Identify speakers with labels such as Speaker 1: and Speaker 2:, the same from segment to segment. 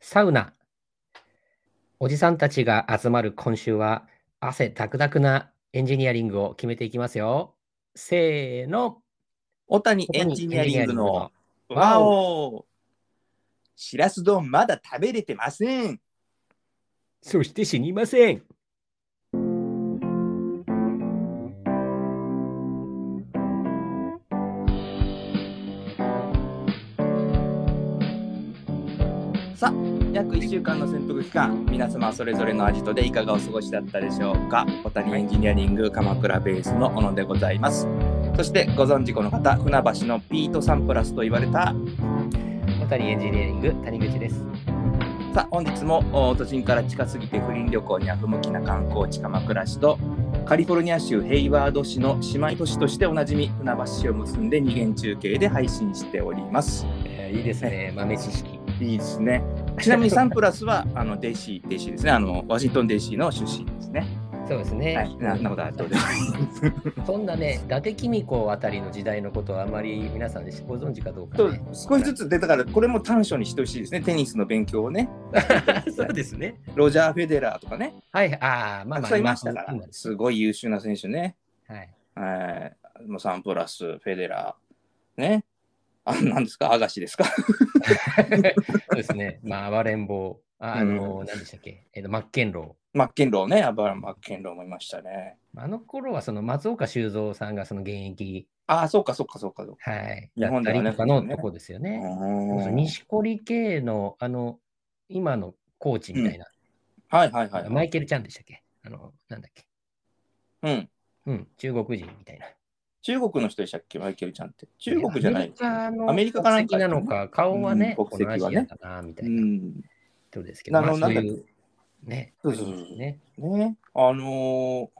Speaker 1: サウナ。おじさんたちが集まる今週は、汗だくだくなエンジニアリングを決めていきますよ。せーの。
Speaker 2: 小谷エンジニアリングのわおしらす丼まだ食べれてません
Speaker 1: そして死にません。
Speaker 2: さあ約1週間の潜伏期間皆様それぞれのアジトでいかがお過ごしだったでしょうか小谷エンジニアリング鎌倉ベースの小野でございますそしてご存知この方船橋のピートサンプラスと言われた
Speaker 1: 小谷エンジニアリング、谷口です。
Speaker 2: さあ本日もお都心から近すぎて不倫旅行には不向きな観光地鎌倉市とカリフォルニア州ヘイワード市の姉妹都市としておなじみ船橋市を結んで二元中継で配信しております
Speaker 1: えーいいですね、豆知識。
Speaker 2: いいですね ちなみにサンプラスはあの DC、DC ですねあのワシントン DC の出身ですね
Speaker 1: そうですね。
Speaker 2: はいななことはどうでもいいです
Speaker 1: そんなね、伊達公子あたりの時代のことはあまり皆さんご存知かどうか、
Speaker 2: と
Speaker 1: ね。
Speaker 2: 少しずつ出たからこれも短所にしてほしいですねテニスの勉強をね
Speaker 1: そうですね。
Speaker 2: ロジャー・フェデラーとかね
Speaker 1: はい、ああ、ま
Speaker 2: た
Speaker 1: あまあ、
Speaker 2: くさんいましたから
Speaker 1: 今
Speaker 2: すごい優秀な選手ね
Speaker 1: はい。
Speaker 2: はい、もうサンプラス、フェデラー、ね。あ、なんですか、アガシです か。
Speaker 1: そうですね。まあ、暴れん坊。ああの、何でしたっけ、えっと、マッケンロ
Speaker 2: マッケンローね、アバラン・マッケンローもいましたね。
Speaker 1: ー。あの頃は、その松岡修造さんがその現役、
Speaker 2: あ、そうか、そうか、そうか、そうか。
Speaker 1: はい、
Speaker 2: 日本ではね
Speaker 1: だったりとかのとこですよ
Speaker 2: う
Speaker 1: ね。そうそう
Speaker 2: ーん
Speaker 1: 錦織系の、あの、今のコーチみたいな、
Speaker 2: はいはいはいは
Speaker 1: マ
Speaker 2: い。
Speaker 1: イケル・ちゃんでしたっけあの、なんだっけ
Speaker 2: うん。
Speaker 1: うん、中国人みたいな。
Speaker 2: 中国の人でしたっけ、マイケルちゃんって。中国じゃない。
Speaker 1: ア
Speaker 2: ア
Speaker 1: メリ
Speaker 2: メリ
Speaker 1: カ
Speaker 2: カ
Speaker 1: の
Speaker 2: か
Speaker 1: 国
Speaker 2: な
Speaker 1: 籍
Speaker 2: んか
Speaker 1: なのか、顔はね、
Speaker 2: うん国籍はね
Speaker 1: 同じだな、みた
Speaker 2: う
Speaker 1: いな。
Speaker 2: ん。
Speaker 1: 人ですけど、
Speaker 2: あの
Speaker 1: まあ、そうい
Speaker 2: なんだ
Speaker 1: う、ね、
Speaker 2: そうそうそう
Speaker 1: ありますね。
Speaker 2: ね。あの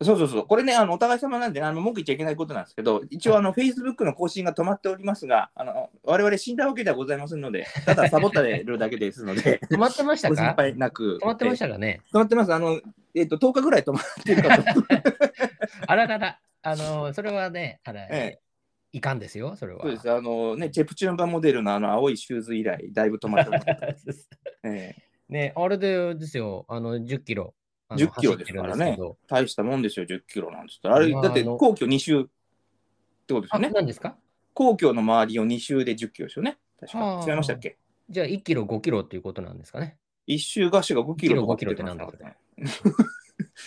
Speaker 2: ーそうそうそう。これね、あの、お互い様なんで、あの、文句言っちゃいけないことなんですけど、一応、あの、Facebook の更新が止まっておりますが、あの、我々死んだわけではございませんので、ただサボったれるだけですので、
Speaker 1: 止まってました
Speaker 2: ご心
Speaker 1: か
Speaker 2: 配なく。
Speaker 1: 止まってまし
Speaker 2: え
Speaker 1: たかね
Speaker 2: ー止まってます。あの、えっ、と、10日ぐらい止まってるかと。
Speaker 1: あららら、あの、それはね、あら、
Speaker 2: え
Speaker 1: いかんですよ、それは。
Speaker 2: そうです。あの、ね、ジェプチューン版モデルのあの、青いシューズ以来、だいぶ止まってます。ええ
Speaker 1: ね、あれでですよ、あの、10キロ。あの
Speaker 2: 10キロですから
Speaker 1: 走ってるんで
Speaker 2: ね
Speaker 1: すけど
Speaker 2: 大したもんですよ、10キロなんつったら。あれ、
Speaker 1: まあ
Speaker 2: だって、
Speaker 1: あの
Speaker 2: 皇居2周ってことです
Speaker 1: あ、
Speaker 2: よね。
Speaker 1: 何ですか
Speaker 2: 皇居の周りを2周で10キロですよね。確
Speaker 1: は
Speaker 2: か。
Speaker 1: あ
Speaker 2: 違いましたっけ
Speaker 1: じゃあ1キロ、5キロっていうことなんですか ね。
Speaker 2: 一周合宿が5キロとか
Speaker 1: 5キロってなんだ
Speaker 2: 言ってましたね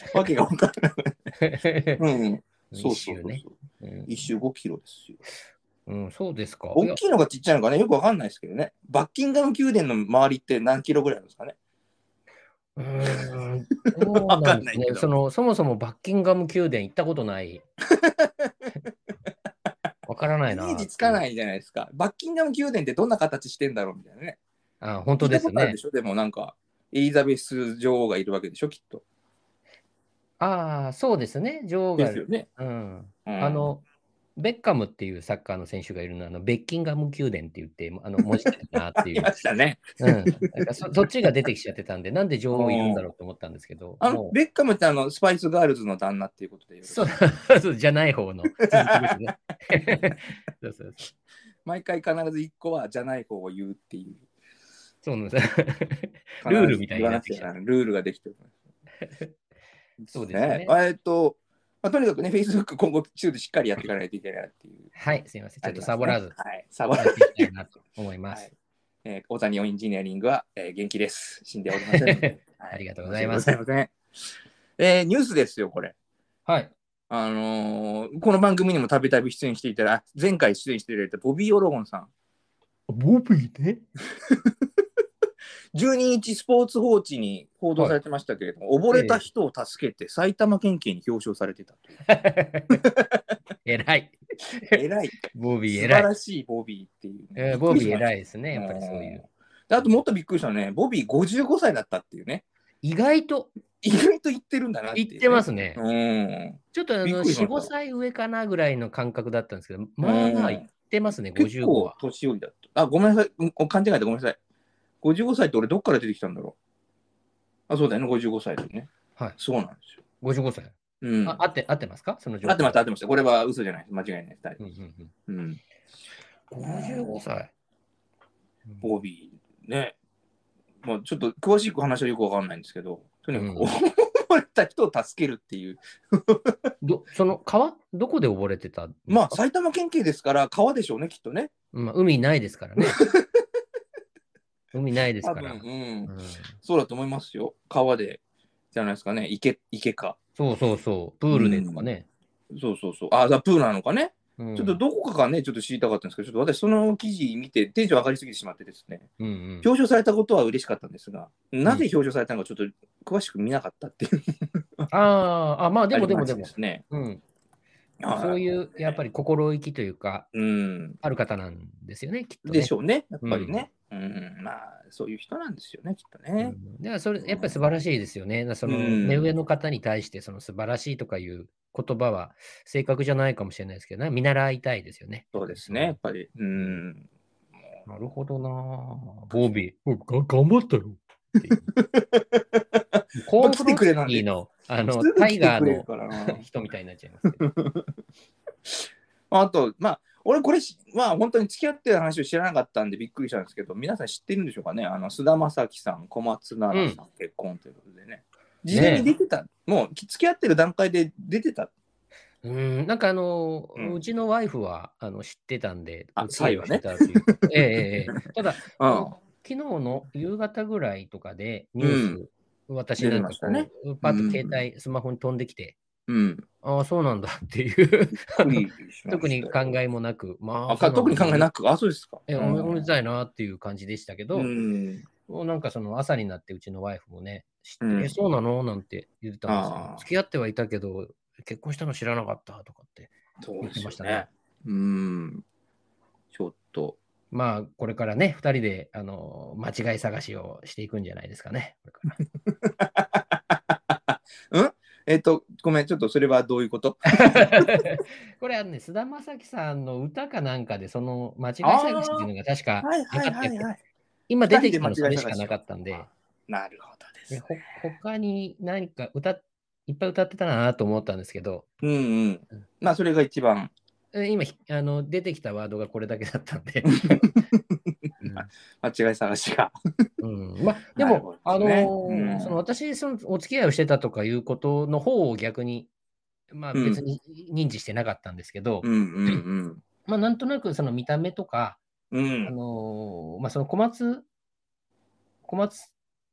Speaker 2: わけが分からない。うん。そうそう
Speaker 1: 一
Speaker 2: そう
Speaker 1: 周ね。うん
Speaker 2: 一周5キロですよ。
Speaker 1: うん、そうですか。いや
Speaker 2: 大きいのがちっちゃいのかね、よくわかんないですけどね。バッキンガム宮殿の周りって何キロぐらいなんですかね。
Speaker 1: うーんそうなん
Speaker 2: ん
Speaker 1: で
Speaker 2: な
Speaker 1: す
Speaker 2: い
Speaker 1: ね
Speaker 2: けど
Speaker 1: そのそもそもバッキンガム宮殿行ったこと ない。わからない
Speaker 2: イメ
Speaker 1: な。。
Speaker 2: ージつかないいじゃないですか。バッキンガム宮殿ってどんな形してんだろうみたいなね。
Speaker 1: あ本当です
Speaker 2: 聞いたことある
Speaker 1: ね
Speaker 2: で。しょでもなんか、エリザベス女王がいるわけでしょ、きっと。
Speaker 1: ああ、そうですね。女王が
Speaker 2: で。すよね。
Speaker 1: うん。
Speaker 2: うん
Speaker 1: あ、の、ベッカムっていうサッカーの選手がいるのは、あのベッキンガム宮殿って言って、あの、文字ってるなってい
Speaker 2: いうま。したね。
Speaker 1: うん。なんかそそっちが出てきちゃってたんで、なんで女王いるんだろうと思ったんですけど。
Speaker 2: あ
Speaker 1: も
Speaker 2: の、
Speaker 1: う
Speaker 2: ベッカムってあの、スパイスガールズの旦那っていうことでよろしい
Speaker 1: そうそう じゃない方の続きですね。 そうそうそう
Speaker 2: 毎回必ず1個はじゃない方を言うっていう。
Speaker 1: そうなんです。ルールみたいになってきちゃう
Speaker 2: ルールができてる。
Speaker 1: そうですね
Speaker 2: えっと、まあ、とにかくね、Facebook 今後中でしっかりやっていかないといけないなっていう。
Speaker 1: はい、すみません。ちょっとサボらず
Speaker 2: は。い、サボら
Speaker 1: や
Speaker 2: ず。
Speaker 1: っていきたいなと思いま
Speaker 2: は
Speaker 1: す
Speaker 2: い。えー、大谷オンエンジニアリングは、えー元気です。死んでおりませんの で。は
Speaker 1: ありがとうございます
Speaker 2: 申し訳ございません。えーニュースですよ、これ。
Speaker 1: はい。
Speaker 2: あのーこの番組にもたびたび出演していたら、前回出演していただいたボビー・オロゴンさん。
Speaker 1: ボビーね。
Speaker 2: 12日スポーツ報知に報道されてましたけれども、溺れた人を助けて埼玉県警に表彰されてたという。
Speaker 1: えらい。
Speaker 2: 偉い。
Speaker 1: ボビー
Speaker 2: 素晴
Speaker 1: えらい。
Speaker 2: らしいボビーっていう、
Speaker 1: えーボビーえら
Speaker 2: い。
Speaker 1: いですね。やっぱりそういう。
Speaker 2: であともっとびっくりしたのはね、ボビー55歳だったっていうね。
Speaker 1: 意外と
Speaker 2: 意外と言ってるんだなってい
Speaker 1: 言
Speaker 2: う、。
Speaker 1: ってますすね
Speaker 2: う。ん。
Speaker 1: ちょっとあ
Speaker 2: びっ
Speaker 1: の
Speaker 2: くりし
Speaker 1: 4、
Speaker 2: ま
Speaker 1: 5
Speaker 2: した
Speaker 1: 歳上かなぐらいの感覚だったんですけど、まあまあ
Speaker 2: うん
Speaker 1: 言ってますね、
Speaker 2: 結
Speaker 1: 55
Speaker 2: 構
Speaker 1: は。
Speaker 2: 年寄りだった。あ、ごめんなさい。うん勘違いだ。ごめんなさい。55歳って俺どっから出てきたんだろう。あ、そうだよね。55歳だよね。
Speaker 1: はい
Speaker 2: そうなんですよ。
Speaker 1: 55歳。
Speaker 2: うん。
Speaker 1: あ合って合ってますかその情報
Speaker 2: 合ってました、合ってました。これは嘘じゃないです。間違いないです。大丈
Speaker 1: うんうんうん
Speaker 2: 夫うん。
Speaker 1: 55歳。
Speaker 2: ボビー、ね、まあ、ちょっと詳しく話はよくわかんないんですけど、とにかく
Speaker 1: うん
Speaker 2: 溺れた人を助けるっていう、
Speaker 1: どその川どこで溺れてたんですか
Speaker 2: まあ埼玉県警ですから川でしょうね、きっとね。
Speaker 1: まあ、海ないです からね。海ないです
Speaker 2: 多
Speaker 1: か
Speaker 2: 分、
Speaker 1: ら。
Speaker 2: うん、
Speaker 1: うん
Speaker 2: そうだと思いますよ。川で、じゃないですかね、池池か。
Speaker 1: そうそうそう、プールでとかね。
Speaker 2: そうそうそう。あ、ザ・プールなのかね。
Speaker 1: うん
Speaker 2: ちょっとどこかがね、ちょっと知りたかったんですけど、ちょっと私、その記事見て、テンション上がりすぎてしまってですね、
Speaker 1: うんうん
Speaker 2: 表彰されたことは嬉しかったんですが、なぜ表彰されたのか、ちょっと詳しく見なかったって いう、
Speaker 1: あーあ、まあでもでも
Speaker 2: あり
Speaker 1: で
Speaker 2: ま
Speaker 1: も
Speaker 2: し、たね。
Speaker 1: うん、
Speaker 2: はい
Speaker 1: そういうやっぱり心意気というか、
Speaker 2: うん、
Speaker 1: ある方なんですよね、きっと、ね。
Speaker 2: でしょうね、やっぱりね。うん、まあ、そういう人なんですよね、きっと
Speaker 1: う
Speaker 2: ね。
Speaker 1: ん。だからそれ、やっぱり素晴らしいですよね。その
Speaker 2: うん
Speaker 1: 目上の方に対して、その素晴らしいとかいう言葉は正確じゃないかもしれないですけど、ね、見習いたいですよね。
Speaker 2: そうですね、やっ。ぱり。うん。
Speaker 1: なるほどなぁ。ボビー。が頑張ったよ。 コーンフロスキーの、あの
Speaker 2: す、ぐ
Speaker 1: タ
Speaker 2: 来
Speaker 1: イ
Speaker 2: て
Speaker 1: ガ
Speaker 2: くれ
Speaker 1: ー
Speaker 2: るからな
Speaker 1: の人みたいになっちゃいますけど。
Speaker 2: あと、まあ、俺、これし、まあ、本当に付き合ってる話を知らなかったんでびっくりしたんですけど、皆さん知ってるんでしょうかね、あの菅田将暉さん、小松菜奈さん、結婚ということでね。事前に出てた、もうき付き合ってる段階で出てた、
Speaker 1: うん、なんかあの、
Speaker 2: う
Speaker 1: うんちのワイフはあの知ってたんで、
Speaker 2: あ
Speaker 1: お付き合いをしてたっていうええええただ、昨日の夕方ぐらいとかで、ニュース、私なんかこ
Speaker 2: 出てまし
Speaker 1: う、パッと携帯、スマホに飛んできて、
Speaker 2: うん。うん。
Speaker 1: ああ、そうなんだっていう、 あの特
Speaker 2: 特
Speaker 1: に考えもなく、まあ
Speaker 2: あか特に考え
Speaker 1: く
Speaker 2: なく、あ、そうですか。
Speaker 1: え、お
Speaker 2: うん
Speaker 1: めおめでたいなっていう感じでしたけど、
Speaker 2: うん。
Speaker 1: もうなんかその朝になってうちのワイフもね、知って、
Speaker 2: うん
Speaker 1: え、そうなのなんて言ってたんですけ
Speaker 2: あ
Speaker 1: ど
Speaker 2: ー、
Speaker 1: 付き合ってはいたけど、結婚したの知らなかったとかって。
Speaker 2: そうで
Speaker 1: 言っ
Speaker 2: す
Speaker 1: てま
Speaker 2: よ
Speaker 1: した
Speaker 2: ね
Speaker 1: ね。
Speaker 2: うん。ちょっと、
Speaker 1: まあ、これからね、二人で、あの、間違い探しをしていくんじゃないですかね。これから
Speaker 2: うんえっ、と、ごめん、ちょっとそれはどういうこと
Speaker 1: これはね、菅田将暉さんの歌かなんかで、その間違い探しっていうのが確 か
Speaker 2: はい
Speaker 1: な
Speaker 2: は
Speaker 1: か
Speaker 2: い
Speaker 1: った
Speaker 2: は
Speaker 1: よ
Speaker 2: いはい。
Speaker 1: 今出てきた
Speaker 2: 二
Speaker 1: の
Speaker 2: 人
Speaker 1: そ
Speaker 2: で間
Speaker 1: れ
Speaker 2: 違い探し
Speaker 1: しかなかったんで、
Speaker 2: なるほどです、
Speaker 1: で
Speaker 2: ね
Speaker 1: ほ。他に何か歌っ、いっぱい歌ってたなと思ったんですけど、
Speaker 2: うんうん。まあ、それが一番。
Speaker 1: え今ひあの、出てきたワードがこれだけだったん で。
Speaker 2: 間違い探しが。
Speaker 1: うんうんまあ、で
Speaker 2: なるほ
Speaker 1: も、あ
Speaker 2: ど
Speaker 1: の
Speaker 2: ね
Speaker 1: ー
Speaker 2: うん
Speaker 1: その私その、お付き合いをしてたとかいうことの方を逆に、まあ、
Speaker 2: うん
Speaker 1: 別に認知してなかったんですけど、
Speaker 2: うんうん
Speaker 1: まあ、なんとなくその見た目とか、
Speaker 2: うん。う
Speaker 1: あ
Speaker 2: ん。
Speaker 1: のーまあ、その小松、小松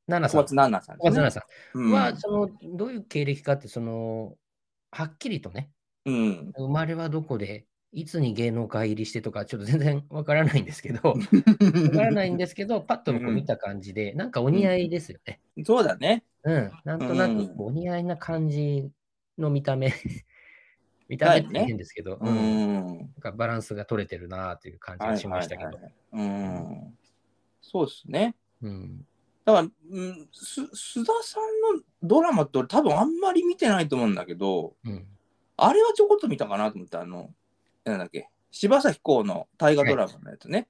Speaker 1: 菜奈さ
Speaker 2: 小
Speaker 1: ん
Speaker 2: 松菜奈さん
Speaker 1: 小松菜奈
Speaker 2: さ
Speaker 1: さ
Speaker 2: ん
Speaker 1: んは、そのどういう経歴かって、そのはっきりとね、
Speaker 2: うん。
Speaker 1: 生まれはどこで、いつに芸能界入りしてとか、ちょっと全然わからないんですけど、わからないんですけど、パッとこう見た感じで、なんかお似合いですよね。
Speaker 2: そうだね。
Speaker 1: うん、なんとなくこうお似合いな感じの見た目。 見た目って言うんですけど、
Speaker 2: う
Speaker 1: うんなん
Speaker 2: ん。
Speaker 1: かバランスが取れてるなという感じが
Speaker 2: はいはい
Speaker 1: しま
Speaker 2: は
Speaker 1: したけど。
Speaker 2: い。うん。そうですね。
Speaker 1: うん
Speaker 2: だから、うん、す須田さんのドラマって俺多分あんまり見てないと思うんだけど、
Speaker 1: うん
Speaker 2: あれはちょこっと見たかなと思って、あの、なんだっけ、柴咲コウの大河ドラマのやつね。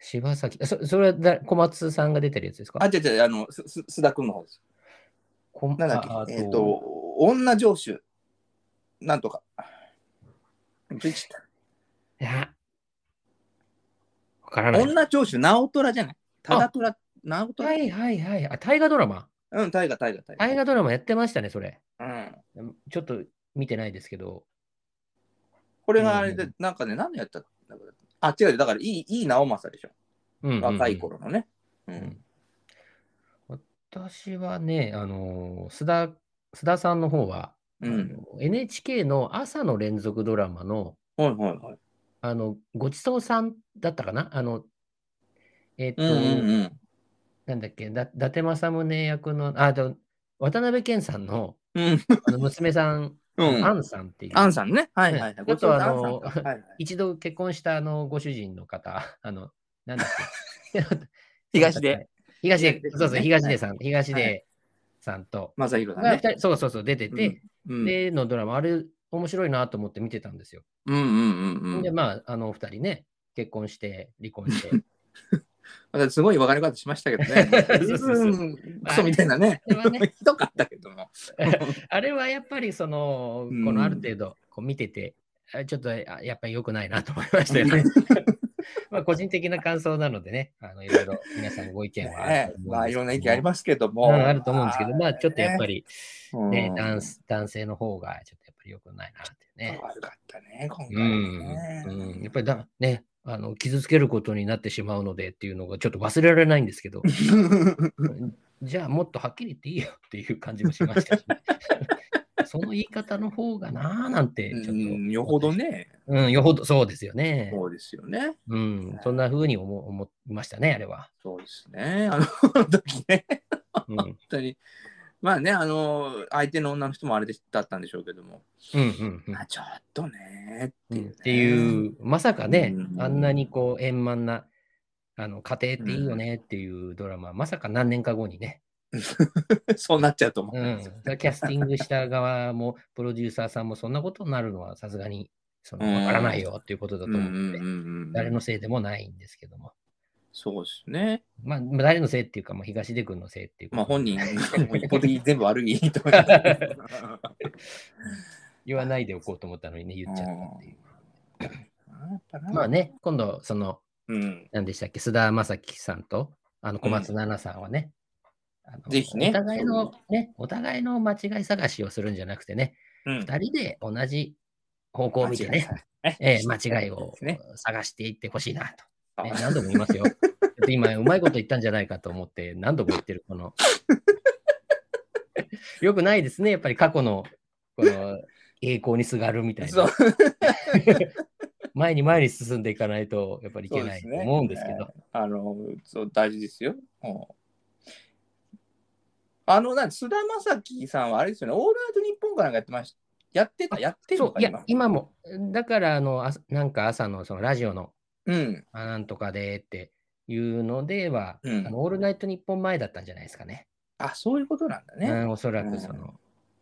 Speaker 1: 柴崎、あそそれはだ小松さんが出てるやつですか
Speaker 2: あ、違う違う、あの、すす須田君の方です。
Speaker 1: こん
Speaker 2: なんだっ
Speaker 1: ああ
Speaker 2: け、えっ、と、女城主、なんとか。ちょちょ
Speaker 1: いやわからない。
Speaker 2: 女城主、直虎じゃないただ虎、直虎、
Speaker 1: はいはいはい。あ、大河ドラマ
Speaker 2: うん、大河、大河、大河。
Speaker 1: 大河ドラマやってましたね、それ。
Speaker 2: うん。
Speaker 1: ちょっと見てないですけど。
Speaker 2: これがあれ
Speaker 1: う
Speaker 2: で
Speaker 1: ん、
Speaker 2: なんかね、何のやったんだろうあ、違うよ、だから、いい、いい直政でしょ。
Speaker 1: うんうんうん
Speaker 2: 若い頃のね。うん。
Speaker 1: 私はね、あの須田、須田さんの方は、
Speaker 2: う
Speaker 1: あ
Speaker 2: ん。
Speaker 1: の NHK の朝の連続ドラマの、
Speaker 2: はいはいはい。
Speaker 1: あの、ごちそうさんだったかなあの、えっ、と、
Speaker 2: うんうんうん。
Speaker 1: なんだっけ、だ伊達政宗役の、あ、と渡辺謙さんの
Speaker 2: うん。
Speaker 1: あの娘さん、
Speaker 2: うん。
Speaker 1: アンさんっていう、
Speaker 2: アンさんね。はいはいはい。
Speaker 1: ちょっとあの
Speaker 2: ごちそうさんアンさんかはいはい
Speaker 1: 一度結婚したあのご主人の方、 あの、なんだっけ、
Speaker 2: 東出。
Speaker 1: 東出、
Speaker 2: 東出
Speaker 1: そうそう、
Speaker 2: ね
Speaker 1: 東出さん、東
Speaker 2: は
Speaker 1: 出さんと、
Speaker 2: 正宏さん
Speaker 1: が
Speaker 2: ね。
Speaker 1: 二人そうそうそう、出てて、
Speaker 2: うん、
Speaker 1: でのドラマ、あれ面白いなと思って見てたんですよ。
Speaker 2: うんうんうんう
Speaker 1: で、
Speaker 2: ん。
Speaker 1: まあ、あのお二人ね、結婚して、離婚 して。。
Speaker 2: またすごい分かり方しましたけどね
Speaker 1: そうそうそう
Speaker 2: うんクソみたいなね。
Speaker 1: あれはね
Speaker 2: ひどかったけども。
Speaker 1: あれはやっぱり、その、
Speaker 2: うん
Speaker 1: このある程度、こう見てて、あちょっとあやっぱり良くないなと思いましたよね。 まあ個人的な感想なのでね、あのいろいろ皆さんご意見は
Speaker 2: ね
Speaker 1: と思うんですけど
Speaker 2: まあいろんな意見あり
Speaker 1: す
Speaker 2: ますけど
Speaker 1: う
Speaker 2: も。
Speaker 1: ん、あると思うんですけど、まあちょっとやっぱり、
Speaker 2: うん
Speaker 1: ね、男す男性の方がちょっとやっぱり良くないなっていうね。
Speaker 2: 悪かったね、今回
Speaker 1: う
Speaker 2: ね。
Speaker 1: ん、うんやっぱりだ、ね、あの傷つけることになってしまうのでっていうのがちょっと忘れられないんですけど、じゃあもっとはっきり言っていいよっていう感じもしました し、ね、その言い方の方がなあなんてちょっと、
Speaker 2: うんよほどね、
Speaker 1: うん、よほどそうですよね。
Speaker 2: そうですよね。
Speaker 1: うん、そんな風に思思いましたね、あれは。
Speaker 2: そうですね。あの時ね、本
Speaker 1: うん、うん、
Speaker 2: 当に。まあね、あの、相手の女の人もあれだったんでしょうけども、
Speaker 1: うん、うん。
Speaker 2: あちょっとね
Speaker 1: う
Speaker 2: ー
Speaker 1: んっ
Speaker 2: ってていう
Speaker 1: い
Speaker 2: ね、
Speaker 1: う、まさかね、
Speaker 2: うん
Speaker 1: あんなにこう円満なあの家庭っていいよねっていうドラマ、まさか何年か後にね、
Speaker 2: そうなっちゃうと思
Speaker 1: う
Speaker 2: う
Speaker 1: んん
Speaker 2: ですよ、、
Speaker 1: キャスティングした側もプロデューサーさんもそんなことになるのはさすがにその
Speaker 2: うん
Speaker 1: わからないよっていうことだ
Speaker 2: う
Speaker 1: と
Speaker 2: んう
Speaker 1: 思うんの
Speaker 2: う
Speaker 1: で、
Speaker 2: んう
Speaker 1: 誰
Speaker 2: ん
Speaker 1: のせいでもないんですけども、
Speaker 2: そうですね。
Speaker 1: まあ、まあ誰のせいっていうか、まあ、東出君のせいっていうこと
Speaker 2: まあ本 人、
Speaker 1: で
Speaker 2: もう一方的に全部悪いと思いますけど
Speaker 1: 言わないでおこうと思ったのにね、言っちゃったっていう。
Speaker 2: やっぱ な
Speaker 1: まあね、今度、その、
Speaker 2: うん。
Speaker 1: 何でしたっけ、菅田将暉さんとあの小松菜奈さんはね、あの
Speaker 2: ぜひね
Speaker 1: お互いの、ね、お互いの間違い探しをするんじゃなくてね、
Speaker 2: うん
Speaker 1: 二人で同じ方向を見てね、
Speaker 2: ね
Speaker 1: ええ間違いを
Speaker 2: ね
Speaker 1: 探していってほしいなと、ね
Speaker 2: あ
Speaker 1: 何度も言いますよ。 ちょっと今、うまいこと言ったんじゃないかと思って、何度も言ってる、こ の。よくないですね、やっぱり過去の、この、栄光にすがるみたい
Speaker 2: そう
Speaker 1: な。前に前に進んでいかないと、やっぱりいけないと思うんですけど。
Speaker 2: あの、そう、大事ですよ。うんあの、なん菅田将暉さんはあれですよね、オールナイトニッポンかなんかやってました。やってた、やってる
Speaker 1: そ
Speaker 2: の
Speaker 1: う
Speaker 2: か、
Speaker 1: いや、今も、だから、あの、あなんか朝のそのラジオの、
Speaker 2: うん。
Speaker 1: あなんとかでっていうのでは、
Speaker 2: うん
Speaker 1: あのオールナイトニッポン前だったんじゃないですかね。
Speaker 2: あ、そういうことなんだ
Speaker 1: う
Speaker 2: ね。
Speaker 1: んおそらく、
Speaker 2: うん
Speaker 1: その、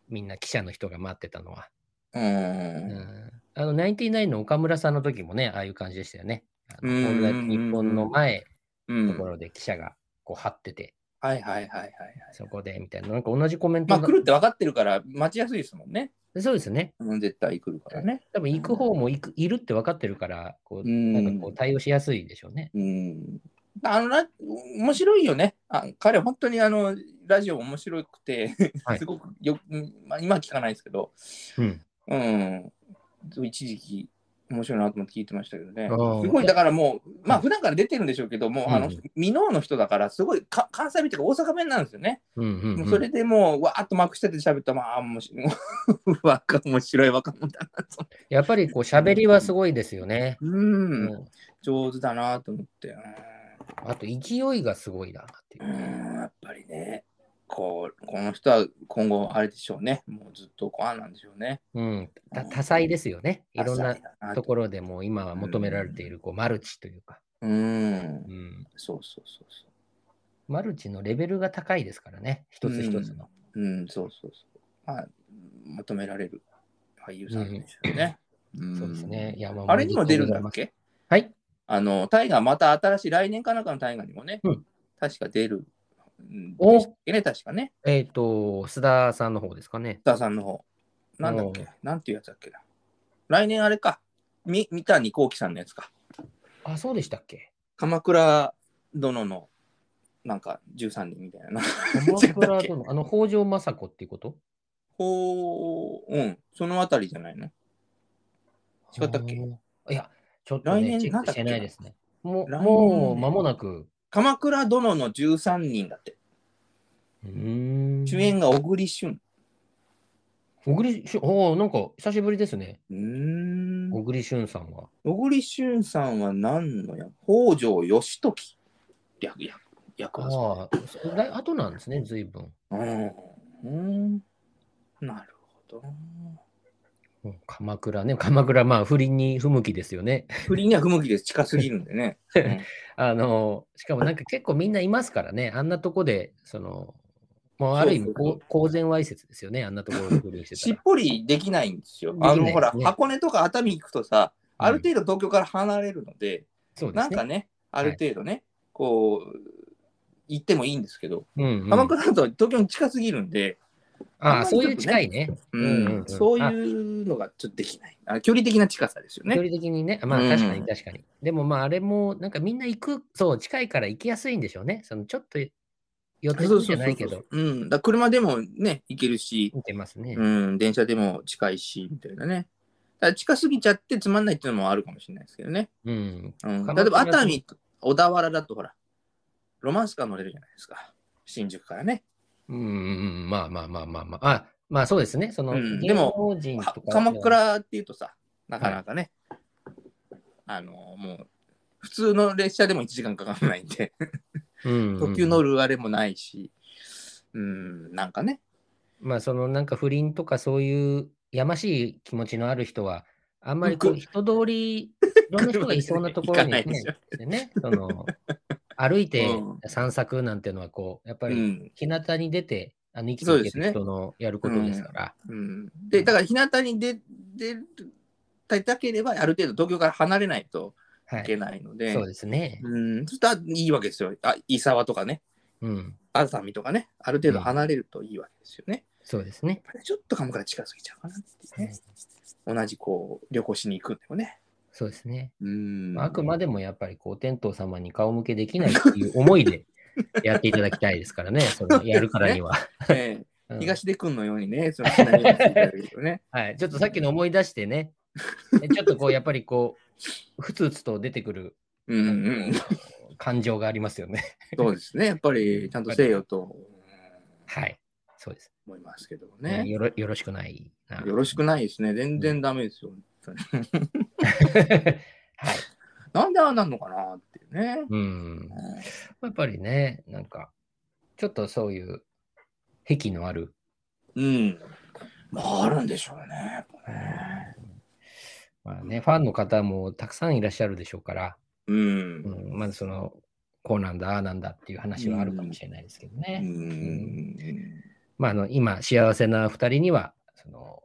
Speaker 1: みんな記者の人が待ってたのは。
Speaker 2: うん。
Speaker 1: うん、あの、ナインティナインの岡村さんの時もね、ああいう感じでしたよね。あのオ
Speaker 2: うん
Speaker 1: ールナイトニッポンの前
Speaker 2: うん
Speaker 1: のところで記者がこう張ってて、
Speaker 2: はいはいはいはいはい。
Speaker 1: そこでみたいな、なんか同じコメン
Speaker 2: ま
Speaker 1: ト
Speaker 2: あ
Speaker 1: が、
Speaker 2: 来るって分かってるから待ちやすいですもんね。
Speaker 1: そうですね。
Speaker 2: うん、絶対来るからね。
Speaker 1: 多分行く方も行くいるって分かってるから、こ
Speaker 2: う
Speaker 1: う、なん
Speaker 2: ん。
Speaker 1: かこう対応しやすいでしょうね。
Speaker 2: うん。あのな面白いよね。あ彼、本当にあのラジオ面白くて、
Speaker 1: はい
Speaker 2: すごくよ、うんまあ、今は聞かないですけど、
Speaker 1: うん。
Speaker 2: うん、そう一時期面白いなと思って聞いてましたけどね
Speaker 1: うん。
Speaker 2: すごい、だからもう、まあ普段から出てるんでしょうけど、もうあの
Speaker 1: うん、
Speaker 2: 箕面の人だから、すごいか関西弁というか大阪弁なんですよね。
Speaker 1: うんうん、
Speaker 2: も
Speaker 1: う。
Speaker 2: うんそれでもう、わーっとまくしてて 喋ったら、まあ、面白い、若面白い若者だなと。
Speaker 1: やっぱりこう喋りはすごいですよね。
Speaker 2: うん、
Speaker 1: うん
Speaker 2: 上手だなと思って。うん
Speaker 1: あと勢いがすごいなっていうう。
Speaker 2: ん、やっぱりね、こう、この人は今後、あれでしょうね、もうずっとこう、ああなんでしょうね。
Speaker 1: うん、た多彩ですよね。いろんな
Speaker 2: 多彩だな
Speaker 1: ところでも今は求められているこうマルチというか、
Speaker 2: うん、
Speaker 1: うん、
Speaker 2: そうそうそうそ
Speaker 1: マルチのレベルが高いですからね、一つ一つの。
Speaker 2: う。うん、そうそうそう。まあ、求められる俳優さんでしょうね。ん
Speaker 1: そうですね。。いやま
Speaker 2: あれにも出るんだっ
Speaker 1: あ
Speaker 2: け
Speaker 1: はい。
Speaker 2: あの、タイガー、また新しい来年かなんかのタイガーにもね、
Speaker 1: うん
Speaker 2: 確か出る。うん
Speaker 1: お
Speaker 2: でしたっけね、確かね。
Speaker 1: えっ、と、須田さんの方ですかね。
Speaker 2: 田さんの方。なんだっ
Speaker 1: うん
Speaker 2: けなんていうやつだっけな。来年あれか。み三谷幸喜さんのやつか。
Speaker 1: あ、そうでしたっけ
Speaker 2: 鎌倉殿の、なんか、13人みたいな。
Speaker 1: 鎌倉殿、あの、北条政子っていうこと
Speaker 2: ほう、うん。そのあたりじゃないの違ったっけ
Speaker 1: あーいや、ちょっと、ね、
Speaker 2: 来年
Speaker 1: チェッ
Speaker 2: なん
Speaker 1: ク
Speaker 2: だ
Speaker 1: し
Speaker 2: っけ
Speaker 1: てないですね。もう、
Speaker 2: 来年
Speaker 1: もう間もなく。
Speaker 2: 鎌倉殿の13人だって。
Speaker 1: うーん
Speaker 2: 主演が小栗旬。
Speaker 1: 小栗旬、おーなんか久しぶりですね。
Speaker 2: うーん。
Speaker 1: 小栗旬さんは。
Speaker 2: 小栗旬さんは何の役北条義時役役役はそ
Speaker 1: ああ、そだい後なんですね、随分。
Speaker 2: ううん。うんなるほど。
Speaker 1: うん鎌倉ね、鎌倉、まあ、不倫に不向きですよね。
Speaker 2: 不倫には不向きです。近すぎるんで ね。
Speaker 1: あの、しかもなんか結構みんないますからね、あんなとこで、その、もうある意味
Speaker 2: そうそうそう
Speaker 1: こう公然わいせつですよね、あんなところで不倫して
Speaker 2: したっ
Speaker 1: ら。
Speaker 2: ぽりできないんですよ
Speaker 1: で。きない
Speaker 2: あ
Speaker 1: です
Speaker 2: の、
Speaker 1: ね
Speaker 2: ほら、箱根とか熱海行くとさ、ある程度東京から離れるので、
Speaker 1: そうで
Speaker 2: な
Speaker 1: す
Speaker 2: んか
Speaker 1: ね。
Speaker 2: ね、ある程度ね、こう、行ってもいいんですけど、
Speaker 1: うんうん
Speaker 2: 鎌倉だと東京に近すぎるんで、
Speaker 1: あ
Speaker 2: あん
Speaker 1: あ、
Speaker 2: まり
Speaker 1: そういう近いね。
Speaker 2: うん
Speaker 1: うんうんうん
Speaker 2: そういうのがちょっとできない。あ距離的な近さですよ
Speaker 1: 距
Speaker 2: ね。
Speaker 1: 離的にね。まあ
Speaker 2: うん
Speaker 1: 確かに確かに。でもまああれも、なんかみんな行く、そう、近いから行きやすいんでしょうね。そのちょっと寄って
Speaker 2: そう
Speaker 1: る
Speaker 2: そ
Speaker 1: じ
Speaker 2: う
Speaker 1: ゃ
Speaker 2: そ
Speaker 1: な
Speaker 2: う
Speaker 1: いけど、。
Speaker 2: うん、だから車でもね、行けるし、
Speaker 1: 見てますね。
Speaker 2: うん、電車でも近いし、みたいなね。だから近すぎちゃってつまんないっていうのもあるかもしれないですけどね。
Speaker 1: うん。
Speaker 2: うん、
Speaker 1: 鎌
Speaker 2: 例え
Speaker 1: 倉
Speaker 2: ば熱海、小田原だとほら、ロマンスカー乗れるじゃないですか。新宿からね。
Speaker 1: うんうん、まあまあまあまあまあ。あまあそうですね。その、
Speaker 2: うんでも
Speaker 1: 芸能人
Speaker 2: か
Speaker 1: とか
Speaker 2: 鎌倉っていうとさ、なかなかね、あの、もう、普通の列車でも1時間かからないんで、特
Speaker 1: 特
Speaker 2: 急乗るあれもないし、うん、なんかね、
Speaker 1: まあそのなんか不倫とかそういうやましい気持ちのある人は、あんまりこ
Speaker 2: う
Speaker 1: うん人通り、いろんな人がいそうなところに
Speaker 2: 行かないでしょ
Speaker 1: ねねその歩いて
Speaker 2: うん
Speaker 1: 散策なんていうのはこう、やっぱ
Speaker 2: う
Speaker 1: り
Speaker 2: ん、
Speaker 1: 日向に出て、あの生き
Speaker 2: そう
Speaker 1: て
Speaker 2: で
Speaker 1: い
Speaker 2: す
Speaker 1: け
Speaker 2: ね
Speaker 1: る人のやることですから。
Speaker 2: うんで、だから日向に出出たたければ、ある程度東京から離れないと
Speaker 1: はい
Speaker 2: けないので、
Speaker 1: い。そうですね。
Speaker 2: うん、そしたらいいわけですよ。あ、伊沢とかね、
Speaker 1: うん。
Speaker 2: 熱海とかね、ある程度離れるといいわけですよね。
Speaker 1: そうですね。
Speaker 2: やっぱりちょっと鎌倉近すぎちゃうかなってね。同じこう、旅行しに行くんでもね。
Speaker 1: そうですね。
Speaker 2: うん。
Speaker 1: まああくまでもやっぱりこう、天道様に顔向けできないっていう思いでやっていただきたいですからね、そのやるからに は。
Speaker 2: え
Speaker 1: う
Speaker 2: え
Speaker 1: ん
Speaker 2: 東出君のようにね、そのシナリオを作ってあげるけ どね。
Speaker 1: はい、ちょっとさっきの思い出してね、でちょっとこう、やっぱりこう、 ふつふつと出てくる
Speaker 2: うんうん。
Speaker 1: 感情がありますよね。
Speaker 2: そうですね。やっぱり、ちゃんとせよとうん
Speaker 1: はい、そうです。
Speaker 2: 思いますけども
Speaker 1: ね、
Speaker 2: ね。
Speaker 1: よろよろしくないな。
Speaker 2: よろしくないですね。全然ダメですよ。本当に
Speaker 1: はい、
Speaker 2: なんでああなんのかなっていうね。
Speaker 1: うん。やっぱりね、なんか、ちょっとそういう癖のある、
Speaker 2: うん。まあ、あるんでしょうね。
Speaker 1: まあね、ファンの方もたくさんいらっしゃるでしょうから、
Speaker 2: う。
Speaker 1: うんん、まずその、こうなんだ、ああなんだっていう話はあるかもしれないですけどね。
Speaker 2: うん。
Speaker 1: まあ、あの今、幸せな二人にはその、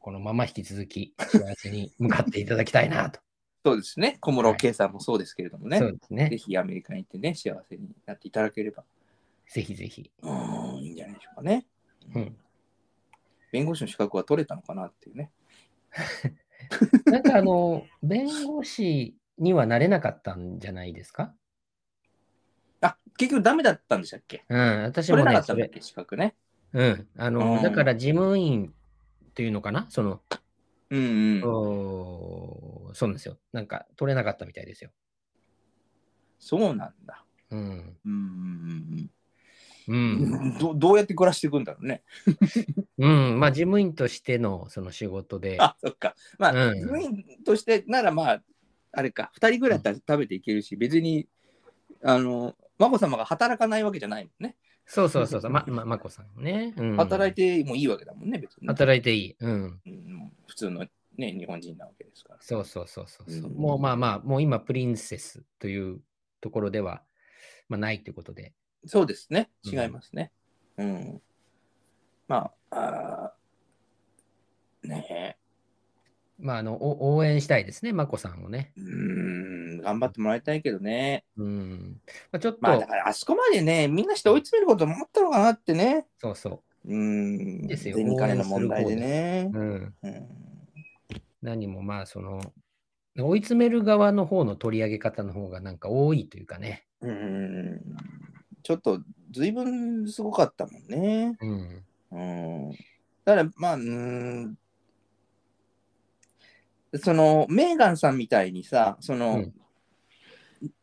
Speaker 1: このまま引き続き幸せに向かっていただきたいなと。
Speaker 2: そうですね。小室圭さんもそうですけれどもね。
Speaker 1: そうです
Speaker 2: ぜ
Speaker 1: ね。
Speaker 2: ひアメリカに行ってね、幸せになっていただければ、
Speaker 1: ぜひぜひ。
Speaker 2: うん、いいんじゃないでしょうかね。
Speaker 1: うん、
Speaker 2: 弁護士の資格は取れたのかなっていうね。
Speaker 1: なんかあの、弁護士にはなれなかったんじゃないですか
Speaker 2: あ、結局ダメだったんでしたっけ
Speaker 1: うん、私
Speaker 2: 取
Speaker 1: も
Speaker 2: れな
Speaker 1: ね、
Speaker 2: かったんだっけ、資格ね。
Speaker 1: それうん、あ
Speaker 2: う
Speaker 1: の、
Speaker 2: ん
Speaker 1: だから事務員というのかなその、
Speaker 2: うんうん。
Speaker 1: おーそうなんですよ。なんか取れなかったみたいですよ。
Speaker 2: そうなんだ。
Speaker 1: うん。
Speaker 2: うんうん
Speaker 1: う。
Speaker 2: うんん。どどうやって暮らしていくんだろうね。
Speaker 1: うん。まあ、事務員としてのその仕事で。
Speaker 2: あ、そっか。まあ、
Speaker 1: うん
Speaker 2: 自分としてならまあ、あれか、2人ぐらいだったら食べていけるし、別に、あの、眞子さまが働かないわけじゃないもんね。
Speaker 1: そうそうそうそう。ま、ま、まこさんね。うん、
Speaker 2: 働いてもいいわけだもんね、別にね。
Speaker 1: 働いていい。うん。
Speaker 2: うん普通のね、日本人なわけですから。
Speaker 1: そうそうそうそうそう、
Speaker 2: うん
Speaker 1: もうまあまあ、もう今、プリンセスというところでは、まあ、ないということで。
Speaker 2: そうですね。
Speaker 1: うん
Speaker 2: 違いますね。うん。まあ、あーね
Speaker 1: まあ、あの、お応援したいですね、眞子さんをね。
Speaker 2: え。うん、頑張ってもらいたいけどね。
Speaker 1: うん。まあ、ちょっと、
Speaker 2: まあ、だからあそこまでね、みんなして追い詰めることもあったのかなってね。
Speaker 1: そうそうい
Speaker 2: ん。
Speaker 1: いですよ
Speaker 2: 銭金の問題でね
Speaker 1: う。。うん。
Speaker 2: うん。
Speaker 1: 何もまあ、その、追い詰める側の方の取り上げ方の方がなんか多いというかね。
Speaker 2: うん。ちょっと、ずいぶんすごかったもんね。
Speaker 1: うん。
Speaker 2: うんだから、まあ、うーん、その、メーガンさんみたいにさ、その、
Speaker 1: うん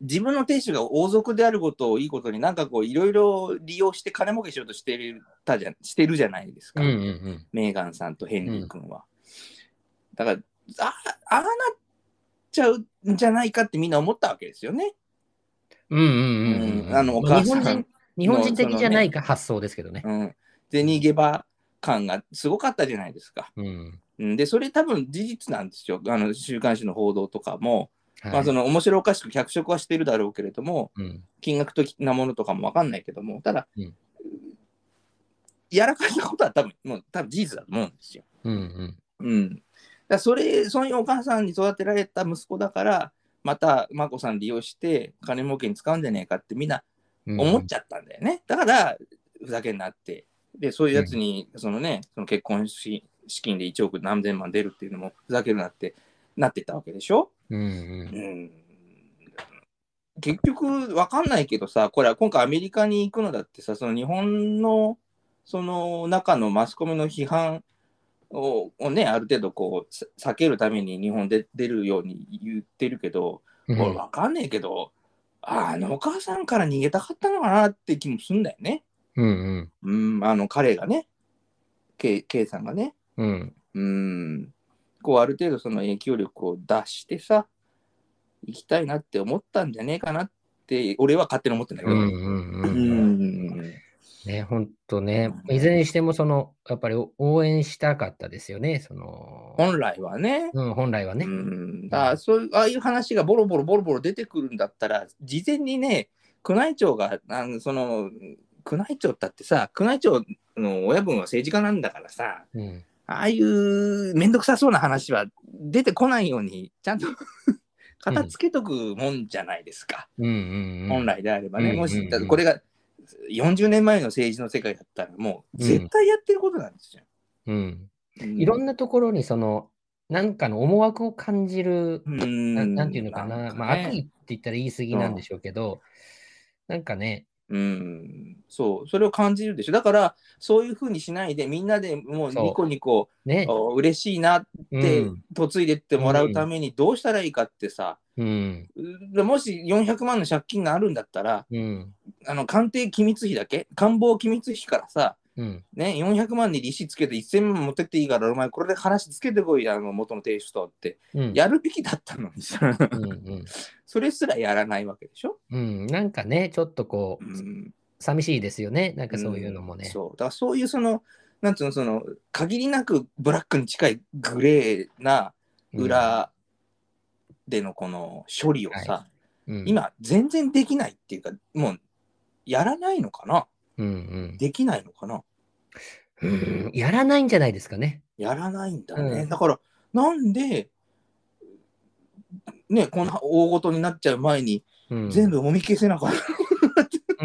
Speaker 2: 自分の亭主が王族であることをいいことに、なんかこう、いろいろ利用して金儲けしようとしてるたじゃしてるじゃないです
Speaker 1: う
Speaker 2: か、
Speaker 1: んうん
Speaker 2: メーガンさんとヘンリー君は。だから、あああなっちゃうんじゃないかってみんな思ったわけですよね。
Speaker 1: うん。うんうんうんうん、
Speaker 2: うんあのお母さん
Speaker 1: 日本人日本人的じゃないか、発想ですけどね。
Speaker 2: うん。銭ゲバ感がすごかったじゃないですか。
Speaker 1: うん。
Speaker 2: うんで、それ多分事実なんですよ。あの週刊誌の報道とかも、
Speaker 1: はい
Speaker 2: まあその面白おかしく脚色はしてるだろうけれども、
Speaker 1: うん。
Speaker 2: 金額的なものとかもわかんないけども、ただ、
Speaker 1: うん
Speaker 2: やらかしたことは多分、もう多分事実だと思うんですよ。
Speaker 1: うんうん。
Speaker 2: うん。だからそれ、そういうお母さんに育てられた息子だから、また眞子さん利用して金儲けに使うんじゃねえかってみんな
Speaker 1: うん
Speaker 2: 思っちゃったんだよね。だから、ふざけんなってで、そういうやつに、そのね、その結婚し資金で1億何千万出るっていうのもふざけるなってなってたわけでしょ
Speaker 1: うん
Speaker 2: う
Speaker 1: うん
Speaker 2: 結局わかんないけどさこれは今回アメリカに行くのだってさその日本のその中のマスコミの批判ををねある程度こうさ避けるために日本で出るように言ってるけど
Speaker 1: ん。
Speaker 2: 俺わかんないけど、あのお母さんから逃げたかったのかなって気もすんだよね。
Speaker 1: うんうん
Speaker 2: うんあの彼がね K, K さんがね。
Speaker 1: うん。
Speaker 2: うん、こうある程度その影響力を出してさ、行きたいなって思ったんじゃねえかなって、俺は勝手に思ってんだけ
Speaker 1: う
Speaker 2: ど。
Speaker 1: んうん
Speaker 2: う
Speaker 1: うん。
Speaker 2: ん
Speaker 1: ね、本当ね。いずれにしても、その、やっぱり応援したかったですよね。その、
Speaker 2: 本来はね。
Speaker 1: うん、本来はね
Speaker 2: う。ん、だからそういうああいう話がボロボロボロボロ出てくるんだったら、事前にね、宮内庁が、あのその宮内庁だってさ、宮内庁の親分は政治家なんだからさ、
Speaker 1: うん。
Speaker 2: ああいうめんどくさそうな話は出てこないように、ちゃんと 片付けとくもんじゃないですか。
Speaker 1: うんうんうん。
Speaker 2: 本来であれば
Speaker 1: う
Speaker 2: ね、
Speaker 1: ん
Speaker 2: も
Speaker 1: うんうん
Speaker 2: し、だってこれが40年前の政治の世界だったら、もう絶対やってることなんですよ。
Speaker 1: うん。
Speaker 2: うん
Speaker 1: いろんなところに、その、なんかの思惑を感じるななんていうのかな、まあ、悪意っ、て言ったら言い過ぎなんでしょうけど、なんかね、
Speaker 2: うんうん、そう、それを感じるでしょ。だから、そういうふうにしないで、みんなでもう
Speaker 1: そう
Speaker 2: ニコニコ、
Speaker 1: ね、
Speaker 2: お嬉しいなっ
Speaker 1: う
Speaker 2: て
Speaker 1: ん、
Speaker 2: 嫁いでってもらうためにどうしたらいいかってさ、
Speaker 1: うん、
Speaker 2: でもし400万の借金があるんだったら、
Speaker 1: うん、
Speaker 2: あの官邸機密費だけ、官房機密費からさ、
Speaker 1: うん、
Speaker 2: ね、400万に利子つけて1000万持ってっていいから、お前これで話つけてこいや、あの元の提出とって、
Speaker 1: うん、
Speaker 2: やるべきだったのにさ、
Speaker 1: うん、うん、
Speaker 2: それすらやらないわけでしょ。
Speaker 1: うん、なんかね、ちょっとこう、
Speaker 2: ん、
Speaker 1: 寂しいですよね、なんかそういうのもね。
Speaker 2: そう。だからそういうその、なんつうの、その、限りなくブラックに近いグレーな
Speaker 1: うん、
Speaker 2: 裏でのこの処理をさ、
Speaker 1: うん、
Speaker 2: 今、全然できないっていうか、もう、やらないのかな
Speaker 1: うん、
Speaker 2: できないのかな
Speaker 1: うん、うん、やらないんじゃないですかね。
Speaker 2: やらないんだね。
Speaker 1: うん
Speaker 2: だから、なんで、ね、こんな大ごとになっちゃう前に、
Speaker 1: うん、
Speaker 2: 全部もみ消せなかった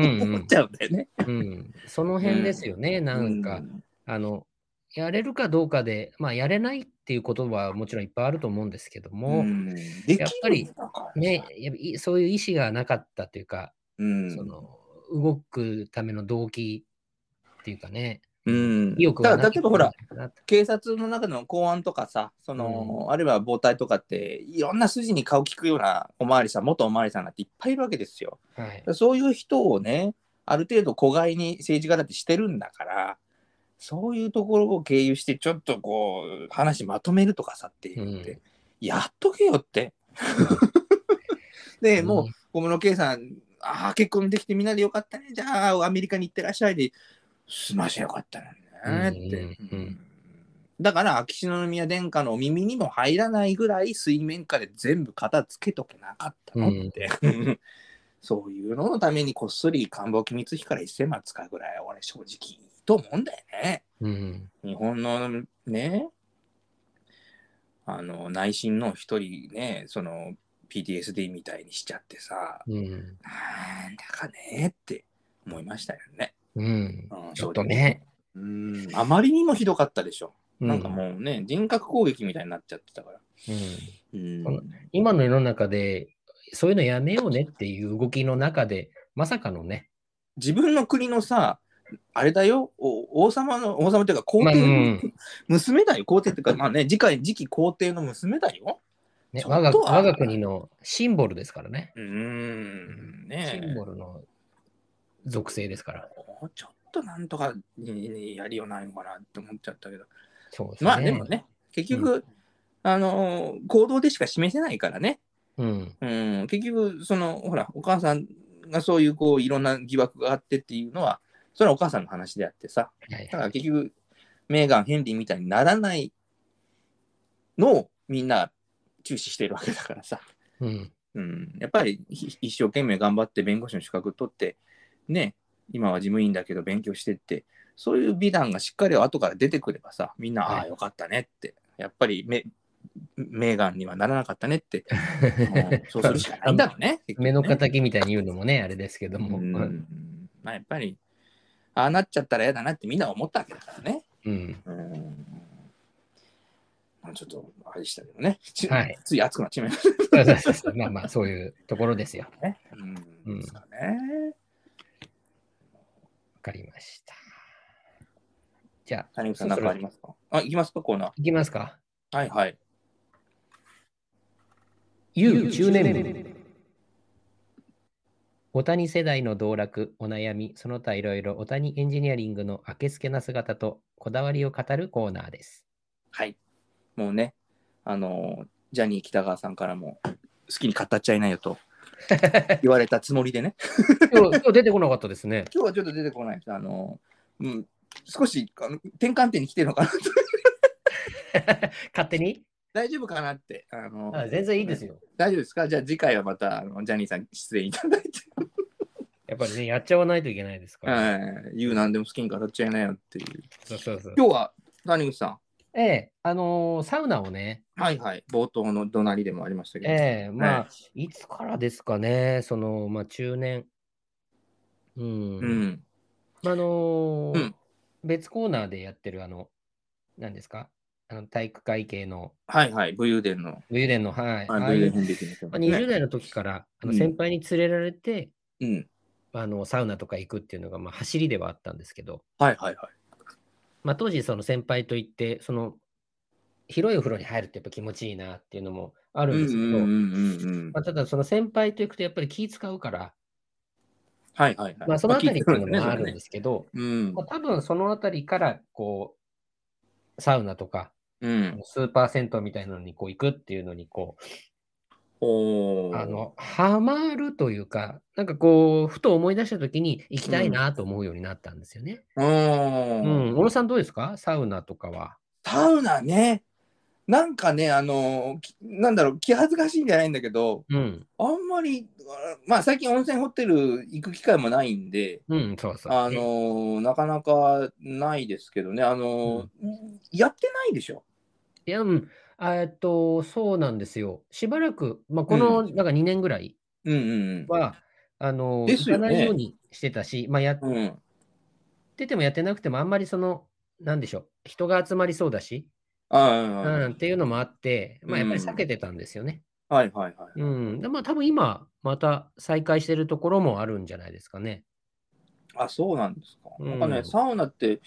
Speaker 1: う
Speaker 2: と思っ
Speaker 1: ん、
Speaker 2: ちゃうんだよね。
Speaker 1: うん、うん、その辺ですよね、なんか、あの、やれるかどうかで、まあ、やれないっていうことはもちろんいっぱいあると思うんですけど
Speaker 2: う
Speaker 1: も、
Speaker 2: ん、でき
Speaker 1: やっぱり
Speaker 2: るんだからさ
Speaker 1: ね、やっぱいそういう意思がなかったというか、
Speaker 2: うん、
Speaker 1: その動くための動機っていうかね、
Speaker 2: うん、
Speaker 1: 意欲が
Speaker 2: だか
Speaker 1: な
Speaker 2: ら例えばほら、
Speaker 1: な
Speaker 2: 警察の中の公安とかさ、その、あるいは防隊とかって、いろんな筋に顔聞くようなおまわりさん、元おまわりさんなんていっぱいいるわけですよ。
Speaker 1: はい、
Speaker 2: そういう人をね、ある程度、子外に政治家だってしてるんだから、そういうところを経由して、ちょっとこう、話まとめるとかさって言って、
Speaker 1: うん
Speaker 2: やっとけよって。 で、もう
Speaker 1: うん、
Speaker 2: 小室圭さん、ああ、結婚できてみんなでよかったね、じゃあ、アメリカに行ってらっしゃいで、すましゃよかったのにねって。
Speaker 1: うんうんうん
Speaker 2: うんだから、秋篠宮殿下のお耳にも入らないぐらい、水面下で全部片付けとけなかったのって。 そういうののためにこっそり官房機密費から1000万使うぐらいは俺正直いいと思うんだよね。
Speaker 1: うん、
Speaker 2: 日本のね、あの内心の一人ね、その PTSD みたいにしちゃってさ、
Speaker 1: うん、
Speaker 2: なんだかねって思いましたよね。
Speaker 1: うん、
Speaker 2: うん
Speaker 1: ちょっとね、
Speaker 2: 正直うんあまりにもひどかったでしょ。なんか
Speaker 1: う、
Speaker 2: もうね、人格攻撃みたいになっちゃってたから。
Speaker 1: うん、
Speaker 2: うん
Speaker 1: その今の世の中で、そういうのやめようねっていう動きの中で、まさかのね、
Speaker 2: 自分の国のさ、あれだよ、お王様の、王様っていうか皇
Speaker 1: まあ
Speaker 2: 帝
Speaker 1: う
Speaker 2: の、
Speaker 1: ん
Speaker 2: 娘だよ、皇帝っていうか、まあね、次回、次期皇帝の娘だよ。
Speaker 1: ね
Speaker 2: ちょ
Speaker 1: 我
Speaker 2: っと
Speaker 1: が
Speaker 2: は
Speaker 1: 我が国のシンボルですからね、
Speaker 2: うーん、
Speaker 1: シ
Speaker 2: ねえ
Speaker 1: ンボルの属性ですから。
Speaker 2: もうちょっとなんとかにやりようないのかなって思っちゃったけど、
Speaker 1: そうですね。
Speaker 2: まあでもね、結局、あのー行動でしか示せないからね、
Speaker 1: うん、
Speaker 2: うん、結局、その、ほら、お母さんがそういう、こう、いろんな疑惑があってっていうのは、それはお母さんの話であってさ、
Speaker 1: はい
Speaker 2: だから結局、メーガン、ヘンリーみたいにならないのをみんな注視してるわけだからさ。
Speaker 1: うん、
Speaker 2: うん、やっぱりひ一生懸命頑張って弁護士の資格取って、ね、今は事務員だけど勉強してって、そういう美談がしっかり後から出てくればさ、みんな、
Speaker 1: はい
Speaker 2: ああ、よかったねって、やっぱりメメーガンにはならなかったねって、もうそうするしかない んだろうね。結局ね
Speaker 1: 目の敵みたいに言うのもね、あれですけど
Speaker 2: う
Speaker 1: も。
Speaker 2: んまあ、やっぱり、ああなっちゃったら嫌だなってみんな思ったわけだからね。
Speaker 1: うん。
Speaker 2: うん。まあちょっと、あれでしたけどね。ち
Speaker 1: はい。
Speaker 2: つい熱くなっちまいました
Speaker 1: そうそうそうそうまあまあ、そういうところですよ。わ
Speaker 2: ね。う。
Speaker 1: うんん
Speaker 2: ですかね。
Speaker 1: かりました。じゃあ、
Speaker 2: 谷口さん、何かありますかあ、いきますか、コーナ
Speaker 1: いきますか。
Speaker 2: ー。はいはい。
Speaker 1: U10 年分。お谷世代の道楽、お悩み、その他いろいろお谷エンジニアリングのあけすけな姿とこだわりを語るコーナーです。
Speaker 2: はい。もうね、あのー、ジャニー北川さんからも、好きに語っちゃいない よと言われたつもりでね、
Speaker 1: 今日今日出てこなかったですね。
Speaker 2: 今日はちょっと出てこないです。あのー、うん、少しあの転換点に来てるのかなと
Speaker 1: 勝手に
Speaker 2: 大丈夫かなって。あのー
Speaker 1: あ全然いいですよ。
Speaker 2: 大丈夫ですかじゃあ次回はまたあのジャニーさん出演いただ いて、
Speaker 1: やっぱりね、やっちゃわないといけないですから。
Speaker 2: はい、言うなんでも好きに語っちゃいなよっていう。
Speaker 1: そうそうそう
Speaker 2: 今日は谷口さ
Speaker 1: ええ、あのーサウナをね、
Speaker 2: ん、はいはい、冒頭の怒鳴りでもありましたけど、
Speaker 1: ええ、ま
Speaker 2: は
Speaker 1: あ、いつからですかね、その、まあ、中年。うん。
Speaker 2: うん、
Speaker 1: あのー
Speaker 2: うん
Speaker 1: 別コーナーでやってる、あの、何ですかあの体育会系の
Speaker 2: はいはい、武勇伝の、
Speaker 1: 武勇伝の、はい。
Speaker 2: あ
Speaker 1: あ
Speaker 2: 武
Speaker 1: あい
Speaker 2: 勇伝
Speaker 1: う
Speaker 2: 編できる
Speaker 1: まあ、20代の時から、あの
Speaker 2: うん
Speaker 1: 先輩に連れられて、
Speaker 2: うん、
Speaker 1: あのサウナとか行くっていうのが、まあ、走りではあったんですけど、
Speaker 2: はいはいはい。
Speaker 1: まあ、当時その先輩と行ってその広いお風呂に入るってやっぱ気持ちいいなっていうのもあるんですけど、
Speaker 2: うんうんうん
Speaker 1: まあ、ただその先輩と行くとやっぱり気使うから、
Speaker 2: はいはいはい。
Speaker 1: まあ、そのあたりっていうの
Speaker 2: ま
Speaker 1: も
Speaker 2: あ
Speaker 1: あ
Speaker 2: 聞
Speaker 1: る
Speaker 2: い
Speaker 1: ん
Speaker 2: て
Speaker 1: ですけど、
Speaker 2: るん
Speaker 1: まあ、多分そのあたりからこうサウナとか
Speaker 2: うん。うん。
Speaker 1: スーパー銭湯みたいなのにこう行くっていうのにこ
Speaker 2: お
Speaker 1: う
Speaker 2: ー
Speaker 1: あのハマるというかなんかこうふと思い出した時に行きたいなと思うようになったんですよね。
Speaker 2: うー
Speaker 1: うんん、小野さんどうですかサウナとかは。
Speaker 2: サウナね。なんかね、あのきなんだろう、気恥ずかしいんじゃないんだけど、
Speaker 1: うん、
Speaker 2: あんまり、あまあ最近温泉ホテル行く機会もないんで、
Speaker 1: うん、そうそう。
Speaker 2: あのなかなかないですけどね、あのやってないでしょ。
Speaker 1: いや、うん、あえっと、そうなんですよ。しばらく、まあ、この、なんか2年ぐらい
Speaker 2: うんうん
Speaker 1: は、あの、
Speaker 2: ですよね
Speaker 1: 行かないようにしてたし、まあ、やっ
Speaker 2: うん。うん、
Speaker 1: ててもやってなくても、あんまりその、なんでしょう、人が集まりそうだし、
Speaker 2: あ
Speaker 1: う
Speaker 2: ー
Speaker 1: ん、っていうのもあって、まあ、やっぱり避けてたんですよね。
Speaker 2: はいはいはい。
Speaker 1: うん。で、まあ、多分今、また再開してるところもあるんじゃないですかね。
Speaker 2: あ、そうなんですか。
Speaker 1: うん
Speaker 2: なんかね、サウナって、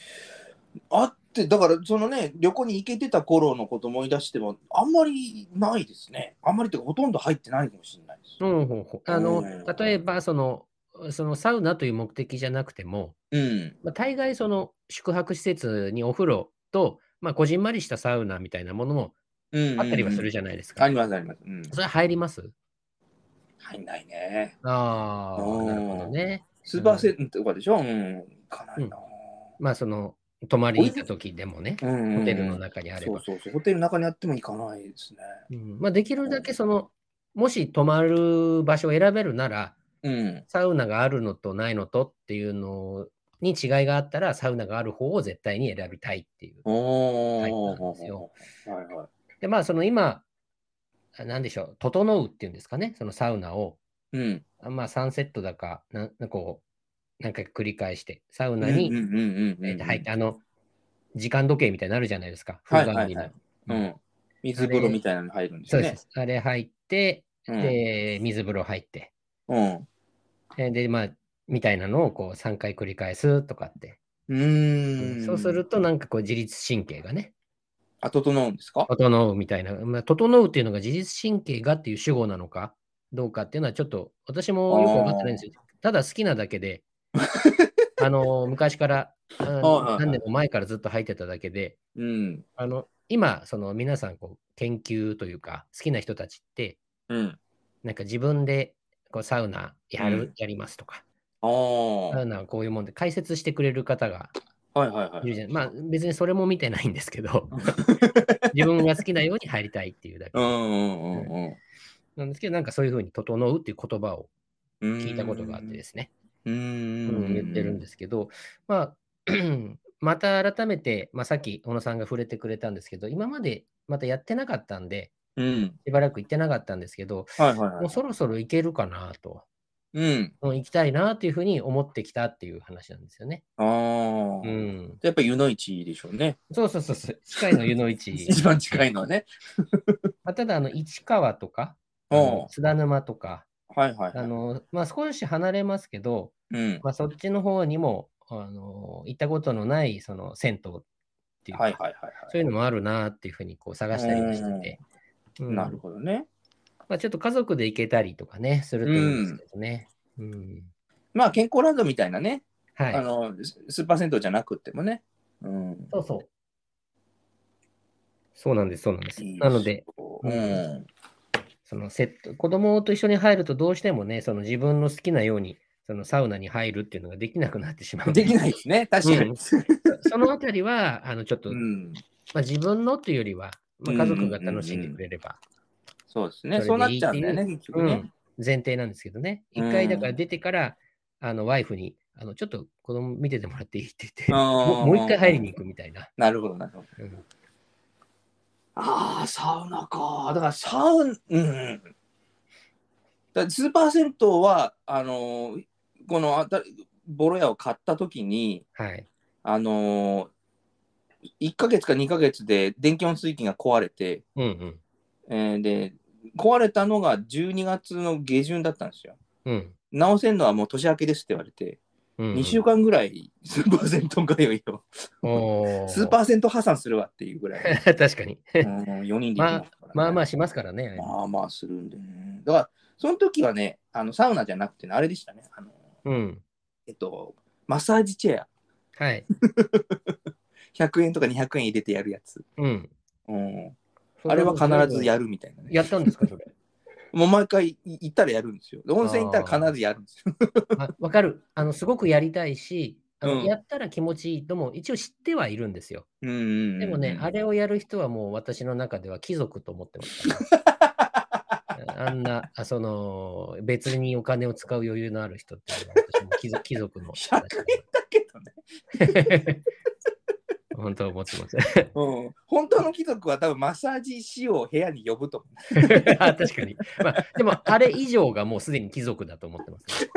Speaker 2: あって、だから、そのね、旅行に行けてた頃のこと思い出しても、あんまりないですね。あんまりっていうか、ほとんど入ってないかもしれないです。
Speaker 1: うん、ほうほうあ
Speaker 2: う
Speaker 1: の
Speaker 2: ん、
Speaker 1: 例えば、その、そのサウナという目的じゃなくても、
Speaker 2: うん。
Speaker 1: まあ、大概その宿泊施設にお風呂と、まあ、こじんまりしたサウナみたいなものも
Speaker 2: うん、
Speaker 1: あったりはするじ
Speaker 2: ゃ
Speaker 1: ゃないです
Speaker 2: あ
Speaker 1: か。
Speaker 2: りますあります。うん。
Speaker 1: それ入ります
Speaker 2: 入んないね。
Speaker 1: ああ、
Speaker 2: うん
Speaker 1: なるほどね。
Speaker 2: スーパーセントとかでしょうん。行かないな。
Speaker 1: まあその泊まりに行った時でもね、
Speaker 2: うん。
Speaker 1: ホテルの中にあれ
Speaker 2: そう
Speaker 1: ば。
Speaker 2: そうそう。ホテルの中にあっても行かないですね。
Speaker 1: うんまあ、できるだけその、もし泊まる場所を選べるなら、
Speaker 2: うん。
Speaker 1: サウナがあるのとないのとっていうのに違いがあったら、サウナがある方を絶対に選びたいっていう。
Speaker 2: おー。
Speaker 1: 入ったんですよ
Speaker 2: はいはい。
Speaker 1: で、まあその今、あなんでしょう、整うっていうんですかね、そのサウナを。
Speaker 2: うん。
Speaker 1: あまあ3セットだか、ななんかこう、何回か繰り返して、サウ
Speaker 2: う
Speaker 1: ナに、
Speaker 2: んうんうんうん
Speaker 1: え
Speaker 2: う
Speaker 1: ー
Speaker 2: ん。
Speaker 1: と入って、あの、時間時計みたいになるじゃないですか。
Speaker 2: はい
Speaker 1: 風
Speaker 2: はい
Speaker 1: 呂が
Speaker 2: はいうん。水風呂みたいなの入るんです
Speaker 1: そう
Speaker 2: よ
Speaker 1: で
Speaker 2: ね。
Speaker 1: す。あれ入って、
Speaker 2: うん
Speaker 1: で、水風呂入って、
Speaker 2: うん。
Speaker 1: えーで、まあ、みたいなのをこう3回繰り返すとかって。
Speaker 2: うーん。
Speaker 1: そうすると、なんかこう、自律神経がね、
Speaker 2: あ、整うんですか
Speaker 1: 整うみたいな、まあ、整うっていうのが自律神経がっていう主語なのかどうかっていうのは、ちょっと私もよく分かってないんですよ。ただ好きなだけ で、あの昔から、あ
Speaker 2: はいはい
Speaker 1: の何年も前からずっと入ってただけで、
Speaker 2: うん。
Speaker 1: あの今、その皆さんこう研究というか、好きな人たちって、
Speaker 2: うん。
Speaker 1: なんか自分でこうサウナやる、
Speaker 2: うん
Speaker 1: やりますとか、
Speaker 2: ああ。
Speaker 1: サ
Speaker 2: は
Speaker 1: ウ
Speaker 2: い
Speaker 1: ナはこういうもんで解説してくれる方が
Speaker 2: はいはい
Speaker 1: る
Speaker 2: い。
Speaker 1: じゃない。まあ別にそれも見てないんですけ ど、自分が好きなように入りたいっていうだけ
Speaker 2: う。んうんうん
Speaker 1: なんですけど、なんかそういうふうに整うっていう言葉を
Speaker 2: うん。
Speaker 1: 聞いたことがあってですね、
Speaker 2: う。
Speaker 1: うん、
Speaker 2: うん
Speaker 1: 言ってるんですけど、まあ、 また改めて、まあ、さっき小野さんが触れてくれたんですけど、今までまたやってなかったんで、
Speaker 2: うん。
Speaker 1: しばらく行ってなかったんですけど、
Speaker 2: はいはいは
Speaker 1: もう
Speaker 2: い。
Speaker 1: そろそろ行けるかなと。
Speaker 2: うん。
Speaker 1: うん行きたいなっていうふうに思ってきたっていう話なんですよね。
Speaker 2: あ
Speaker 1: う
Speaker 2: あ、
Speaker 1: ん。
Speaker 2: やっぱ湯の市でしょうね。
Speaker 1: そうそうそうそう、近いの湯の 市。
Speaker 2: 一番近いのはね。
Speaker 1: まあ、ただ、あの、市川とか、あ
Speaker 2: お
Speaker 1: の津田沼とか、
Speaker 2: はいはい、
Speaker 1: あ
Speaker 2: はい。
Speaker 1: の、まあ、少し離れますけど、
Speaker 2: うん。
Speaker 1: まあ、そっちの方にも、あの、行ったことのない、その、銭湯っていうか、
Speaker 2: はいはいはい
Speaker 1: そういうのもあるなっていうふうに、こう、探したりもしてて。う
Speaker 2: はい。
Speaker 1: ん
Speaker 2: なるほどね。
Speaker 1: まあ、ちょっと家族で行けたりとかね、するといいんですけどね。うん。
Speaker 2: まあ健康ランドみたいなね、
Speaker 1: はい。
Speaker 2: あのススーパー銭湯じゃなくってもね。うん。
Speaker 1: そうそう。そうなんです、そうなんです。
Speaker 2: いい
Speaker 1: なので、、
Speaker 2: うん。
Speaker 1: そのセット、子供と一緒に入るとどうしてもね、その自分の好きなように、そのサウナに入るっていうのができなくなってしまうの。
Speaker 2: できないですね、確かに。
Speaker 1: そのあたりは、あの、ちょっと、
Speaker 2: うん。
Speaker 1: まあ、自分のというよりは、まあ、家族が楽しんでくれれば、
Speaker 2: そうですね。そ
Speaker 1: そう
Speaker 2: な
Speaker 1: れで
Speaker 2: っ
Speaker 1: いい
Speaker 2: ちゃうんだよね、結局
Speaker 1: う
Speaker 2: ね。
Speaker 1: ん前提なんですけどね。
Speaker 2: うん
Speaker 1: 一回、だから出てから、あの、ワイフに、あの、ちょっと子供見ててもらっていいって言って、も
Speaker 2: も
Speaker 1: うもう一回入りに行くみたいな。
Speaker 2: なるほど、なるほど。
Speaker 1: うん
Speaker 2: ああ、サウナか。だからサウナ、うん。だからスーパー銭湯は、あのーこのあたボロ屋を買った時に、
Speaker 1: はい。
Speaker 2: あのー、1ヶ月か2ヶ月で電気温水器が壊れて、
Speaker 1: うんうん。
Speaker 2: えーで、壊れたのが12月の下旬だったんですよ。
Speaker 1: うん。
Speaker 2: 直せんのはもう年明けですって言われて、
Speaker 1: うん
Speaker 2: 2週間ぐらいスーパー銭湯通いを、
Speaker 1: お
Speaker 2: スーパ
Speaker 1: ー。
Speaker 2: ー銭湯破産するわっていうぐらい、
Speaker 1: 確かに。
Speaker 2: うん、4人で行きますからね
Speaker 1: まあまあしますからね。
Speaker 2: まあまあするんでね。だから、その時はね、あのサウナじゃなくてね、あれでしたね。あの
Speaker 1: うん。
Speaker 2: えっと、マッサージチェア。
Speaker 1: はい。
Speaker 2: 100円とか200円入れてやるやつ。
Speaker 1: うん。
Speaker 2: うん、あれは必ずやるみたいなね。
Speaker 1: やったんですか、そ れ。
Speaker 2: もう毎回い行ったらやるんですよ。で温泉行ったら必ずやるんですよ。
Speaker 1: あわかる。あの、すごくやりたいし、あの
Speaker 2: うん
Speaker 1: やったら気持ちいいとも一応知ってはいるんですよ。
Speaker 2: うんうんうんうん
Speaker 1: でもね、あれをやる人はもう私の中では貴族と思ってます から、あんなあ、その、別にお金を使う余裕のある人っていうのは私も貴族貴族の。
Speaker 2: 100円だけどね、
Speaker 1: 本当思ってます。
Speaker 2: うん。本当の貴族は多分マッサージ師を部屋に呼ぶと思う。
Speaker 1: あ確かに。まあ、でも、あれ以上がもうすでに貴族だと思ってます、ね。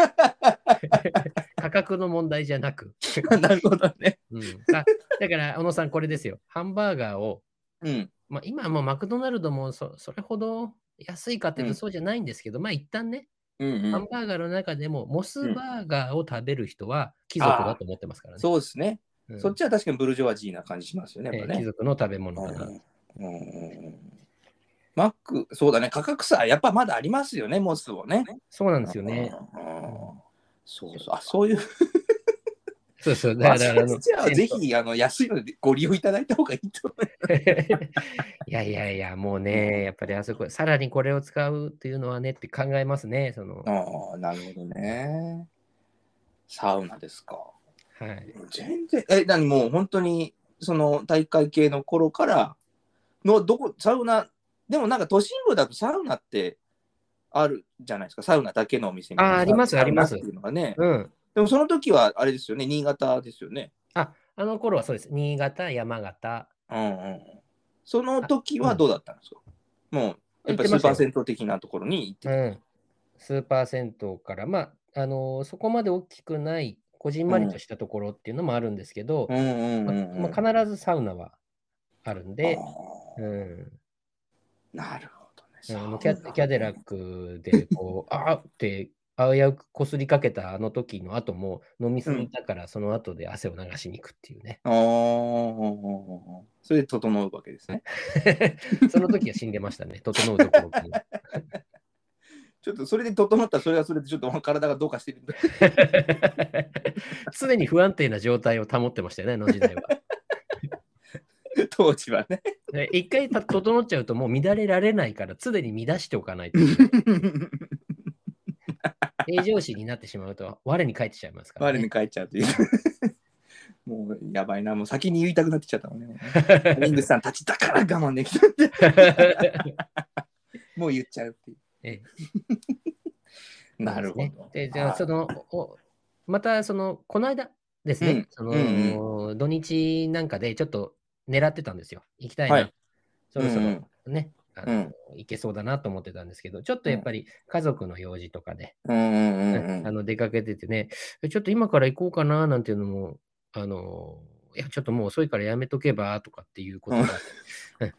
Speaker 1: 価格の問題じゃなく。
Speaker 2: なるほどね。
Speaker 1: うん、あだから、小野さん、これですよ。ハンバーガーを、
Speaker 2: うん。
Speaker 1: まあ、今はもうマクドナルドもそそれほど安いかっていう
Speaker 2: う
Speaker 1: と
Speaker 2: ん
Speaker 1: そうじゃないんですけど、まあ一旦ね、
Speaker 2: うんう
Speaker 1: ハ
Speaker 2: ん
Speaker 1: ン、バーガーの中でもモスバーガーを食べる人は貴族だと思ってますからね。
Speaker 2: そうですね、
Speaker 1: うん
Speaker 2: そっちは確かにブルジョワジーな感じしますよね。
Speaker 1: え
Speaker 2: やっ
Speaker 1: ー
Speaker 2: ぱね
Speaker 1: 貴族の食べ物かな。
Speaker 2: うんうんうんうんマック、そうだね、価格差、やっぱまだありますよね、モスをね。
Speaker 1: そうなんですよね。
Speaker 2: うんうんそうそう、あそういう、
Speaker 1: そうそう。
Speaker 2: マ
Speaker 1: だから
Speaker 2: ッサ
Speaker 1: あの
Speaker 2: ージチェアはぜひあの安いのでご利用いただいた方がいいと思 う。
Speaker 1: いやいやいや、もうね、やっぱりあそこ、さらにこれを使うっていうのはねって考えますね、その。
Speaker 2: ああ、なるほどね。サウナですか。
Speaker 1: はい。
Speaker 2: 全然、え、何もう本当に、その大会系の頃からの、どこ、サウナ、でもなんか都心部だとサウナってあるじゃないですか、サウナだけのお店みたいな
Speaker 1: あーあります
Speaker 2: サウナ
Speaker 1: あります
Speaker 2: っていうのがね。
Speaker 1: うん。
Speaker 2: でもその時はあれですよね、新潟ですよね。
Speaker 1: あ、あの頃はそうです。新潟、山形。
Speaker 2: うんうん。その時はどうだったんですか、もう、やっ
Speaker 1: 行
Speaker 2: ぱりス
Speaker 1: ってま
Speaker 2: ー
Speaker 1: した
Speaker 2: パ
Speaker 1: よ
Speaker 2: ー銭湯的なところに行って
Speaker 1: う
Speaker 2: た。
Speaker 1: ん。スーパー銭湯から、まあ、あのーそこまで大きくない、こじんまりとしたところっていうのもあるんですけど、
Speaker 2: うんうんうんうん。
Speaker 1: まあまあ、必ずサウナはあるんで
Speaker 2: あ、ー
Speaker 1: うん。
Speaker 2: なるほどね。
Speaker 1: あ
Speaker 2: サウナ
Speaker 1: のキャキャデラックでこう、 あーって、あうやくこすりかけたあの時の後も飲みすぎたから、その後で汗を流しに行くっていう ね。
Speaker 2: あーそれで整うわけですね。
Speaker 1: その時は死んでましたね。整うどころか。
Speaker 2: ちょっとそれで整ったらそれはそれでちょっと体がどうかしてるんだ。
Speaker 1: 常に不安定な状態を保ってましたよね、あの時代は。
Speaker 2: 当 時はね。
Speaker 1: で一回た整っちゃうともう乱れられないから、常に乱しておかない と。平常心になってしまうと、我に返ってしちゃいますから、
Speaker 2: 我
Speaker 1: ね。
Speaker 2: に帰っちゃう という。もうやばいな、もう先に言いたくなってきちゃったもん ね。リングスさんたちだから我慢できたって。もう言っちゃうっていう。
Speaker 1: ええ
Speaker 2: なるほ
Speaker 1: そうです
Speaker 2: ど
Speaker 1: ね。で、じゃ
Speaker 2: は
Speaker 1: あ、
Speaker 2: い
Speaker 1: その、おまた、その、この間ですね、
Speaker 2: うん
Speaker 1: その、
Speaker 2: うん
Speaker 1: 土日なんかでちょっと狙ってたんですよ。行きたいな。
Speaker 2: はい
Speaker 1: そろそろ
Speaker 2: うん
Speaker 1: ね、あ
Speaker 2: う
Speaker 1: の
Speaker 2: ん。
Speaker 1: 行けそうだなと思ってたんですけど、ちょっとやっぱり家族の用事とかで、
Speaker 2: うんうんうんう
Speaker 1: あ
Speaker 2: ん。
Speaker 1: の出かけててね、えちょっと今から行こうかななんていうのも、あの、いや、ちょっともう遅いからやめとけばとかっていうことが、 うん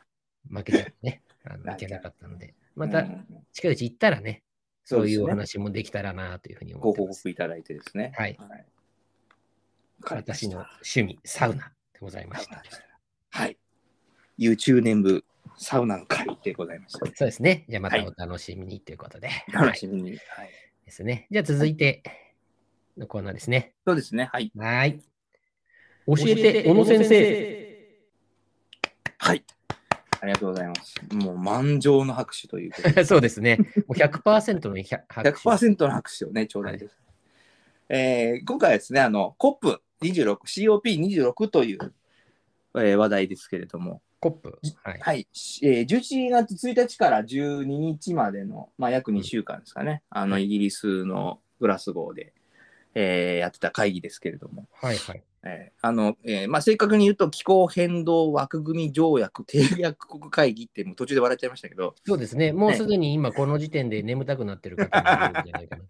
Speaker 1: 負けちゃってね、あの 行
Speaker 2: なんか
Speaker 1: けなかったので、また
Speaker 2: うんうん
Speaker 1: 近いうち行ったらね、
Speaker 2: そ
Speaker 1: そうう
Speaker 2: です
Speaker 1: い
Speaker 2: ね
Speaker 1: うお話もできたらなというふうに思
Speaker 2: ご
Speaker 1: って
Speaker 2: 報
Speaker 1: ます。
Speaker 2: 告いただいてですね。
Speaker 1: はい
Speaker 2: わかりまし
Speaker 1: 私
Speaker 2: た
Speaker 1: の趣味、サウナでございました。
Speaker 2: はい。有中年部サウナの会でございまし
Speaker 1: そ
Speaker 2: た。
Speaker 1: うですね。じゃあま
Speaker 2: は
Speaker 1: た
Speaker 2: い
Speaker 1: お楽しみにということで。
Speaker 2: 楽しみに。はい。
Speaker 1: ですね。じゃあ続いてのコーナーですね。
Speaker 2: そうですね。はい。
Speaker 1: はい。教えて、小野先生。
Speaker 2: はい。ありがとうございます。もう満場の拍手ということ で
Speaker 1: そうですね。もう100%の100拍 手。
Speaker 2: 100%の拍手をね、頂戴です。えー今回はですね、あの、COP26、COP26 という、えー話題ですけれども、
Speaker 1: コップ。はい。
Speaker 2: はい、えー11月1日から12日までの、まあ、約2週間ですかね、あのイギリスのグラスゴーで、えーやってた会議ですけれども、
Speaker 1: はいはい。
Speaker 2: えーあのえーまあ、正確に言うと気候変動枠組み条約締約国会議ってもう途中で笑っちゃいましたけど、
Speaker 1: そうですね。もうすでに今この時点で眠たくなってる方もいるんじゃない かな。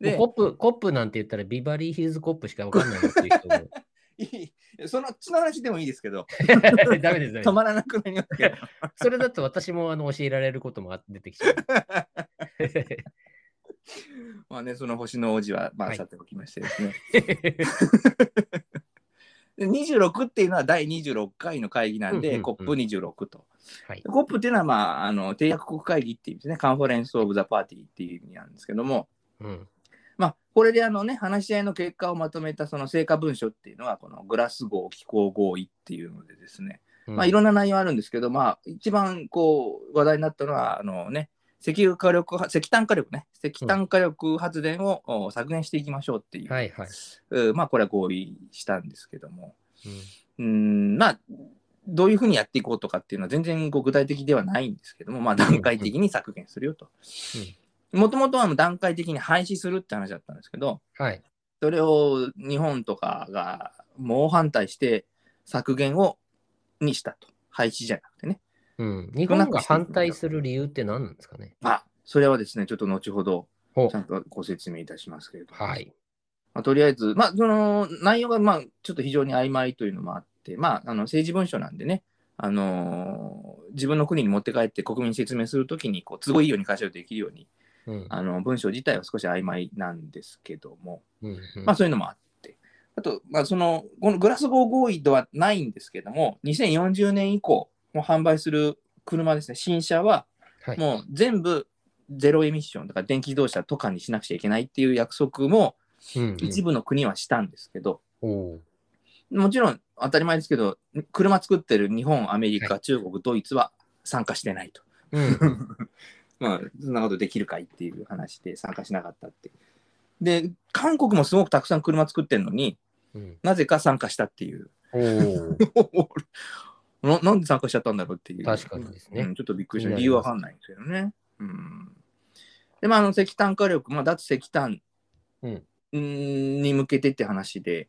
Speaker 2: で
Speaker 1: もうコップ、コップなんて言ったらビバリーヒルズコップしかわかんないって いう人も。
Speaker 2: いいそのその話でもいいですけど、
Speaker 1: ダメです、ダメで
Speaker 2: 止
Speaker 1: す。
Speaker 2: まらなくなりますけど、
Speaker 1: それだと私もあの教えられることもあ出てきちゃう。
Speaker 2: まあね、その星の王子は、ま
Speaker 1: は
Speaker 2: あ、
Speaker 1: い
Speaker 2: さておきましてですね。で26っていうのは第26回の会議な
Speaker 1: う
Speaker 2: んで、
Speaker 1: んうんうん
Speaker 2: COP26 と。
Speaker 1: はい。
Speaker 2: コップっていうのは、まあ、あの、締約国会議っていう意味ですね、カンファレンス・オブ・ザ・パーティーっていう意味なんですけども、
Speaker 1: うん。
Speaker 2: まあ、これであのね、話し合いの結果をまとめたその成果文書っていうのは、このグラスゴー気候合意っていうのでですね、まあ、い
Speaker 1: ん
Speaker 2: ろんな内容あるんですけど、まあ、一番こう、話題になったのは、あのね、石油火力発、石炭火力ね、石炭火力発電をお削減していきましょうっていう、
Speaker 1: はいはい。
Speaker 2: うんまあ、これは合意したんですけども、
Speaker 1: うん
Speaker 2: うーんまあどういうふうにやっていこうとかっていうのは全然こう具体的ではないんですけども、まあ、段階的に削減するよと。もともとはもう段階的に廃止するって話だったんですけど
Speaker 1: はい。
Speaker 2: それを日本とかが猛反対して削減をにしたと廃止じゃなくてね。
Speaker 1: うん。日本が反対する理由って何なんですかね
Speaker 2: まあそれはですねちょっと後ほど
Speaker 1: ほ
Speaker 2: ちゃんとご説明いたしますけれども、
Speaker 1: はい。
Speaker 2: まあ、とりあえず、まあ、その内容がまあちょっと非常に曖昧というのもあって、まあ、あの政治文書なんでね、あのー自分の国に持って帰って国民に説明するときにこう都合いいように解釈できるように
Speaker 1: うん。
Speaker 2: あの文章自体は少し曖昧なんですけども、
Speaker 1: うんうん
Speaker 2: まあ、そういうのもあってあと、まあ、そのこのグラスゴー合意ではないんですけども2040年以降もう販売する車ですね新車は
Speaker 1: はい
Speaker 2: もう全部ゼロエミッションだから電気自動車とかにしなくちゃいけないっていう約束も
Speaker 1: うんうん
Speaker 2: 一部の国はしたんですけど、
Speaker 1: おう
Speaker 2: もちろん当たり前ですけど、車作ってる日本、アメリカ、
Speaker 1: は
Speaker 2: 中国、ドイツは参加してないと。
Speaker 1: うん。
Speaker 2: まあ、そんなことできるかいっていう話で参加しなかったって。で、韓国もすごくたくさん車作ってるのに
Speaker 1: うん
Speaker 2: なぜか参加したっていう。
Speaker 1: おう
Speaker 2: ななんで参加しちゃったんだろうっていう。
Speaker 1: 確かにですね
Speaker 2: うんちょっとびっくりし
Speaker 1: 気にな
Speaker 2: た。
Speaker 1: り
Speaker 2: 理由
Speaker 1: ます
Speaker 2: わかんないんですけどね。うん。で、まあ、あの石炭火力、まあ、脱石炭
Speaker 1: うん
Speaker 2: うんに向けてって話で、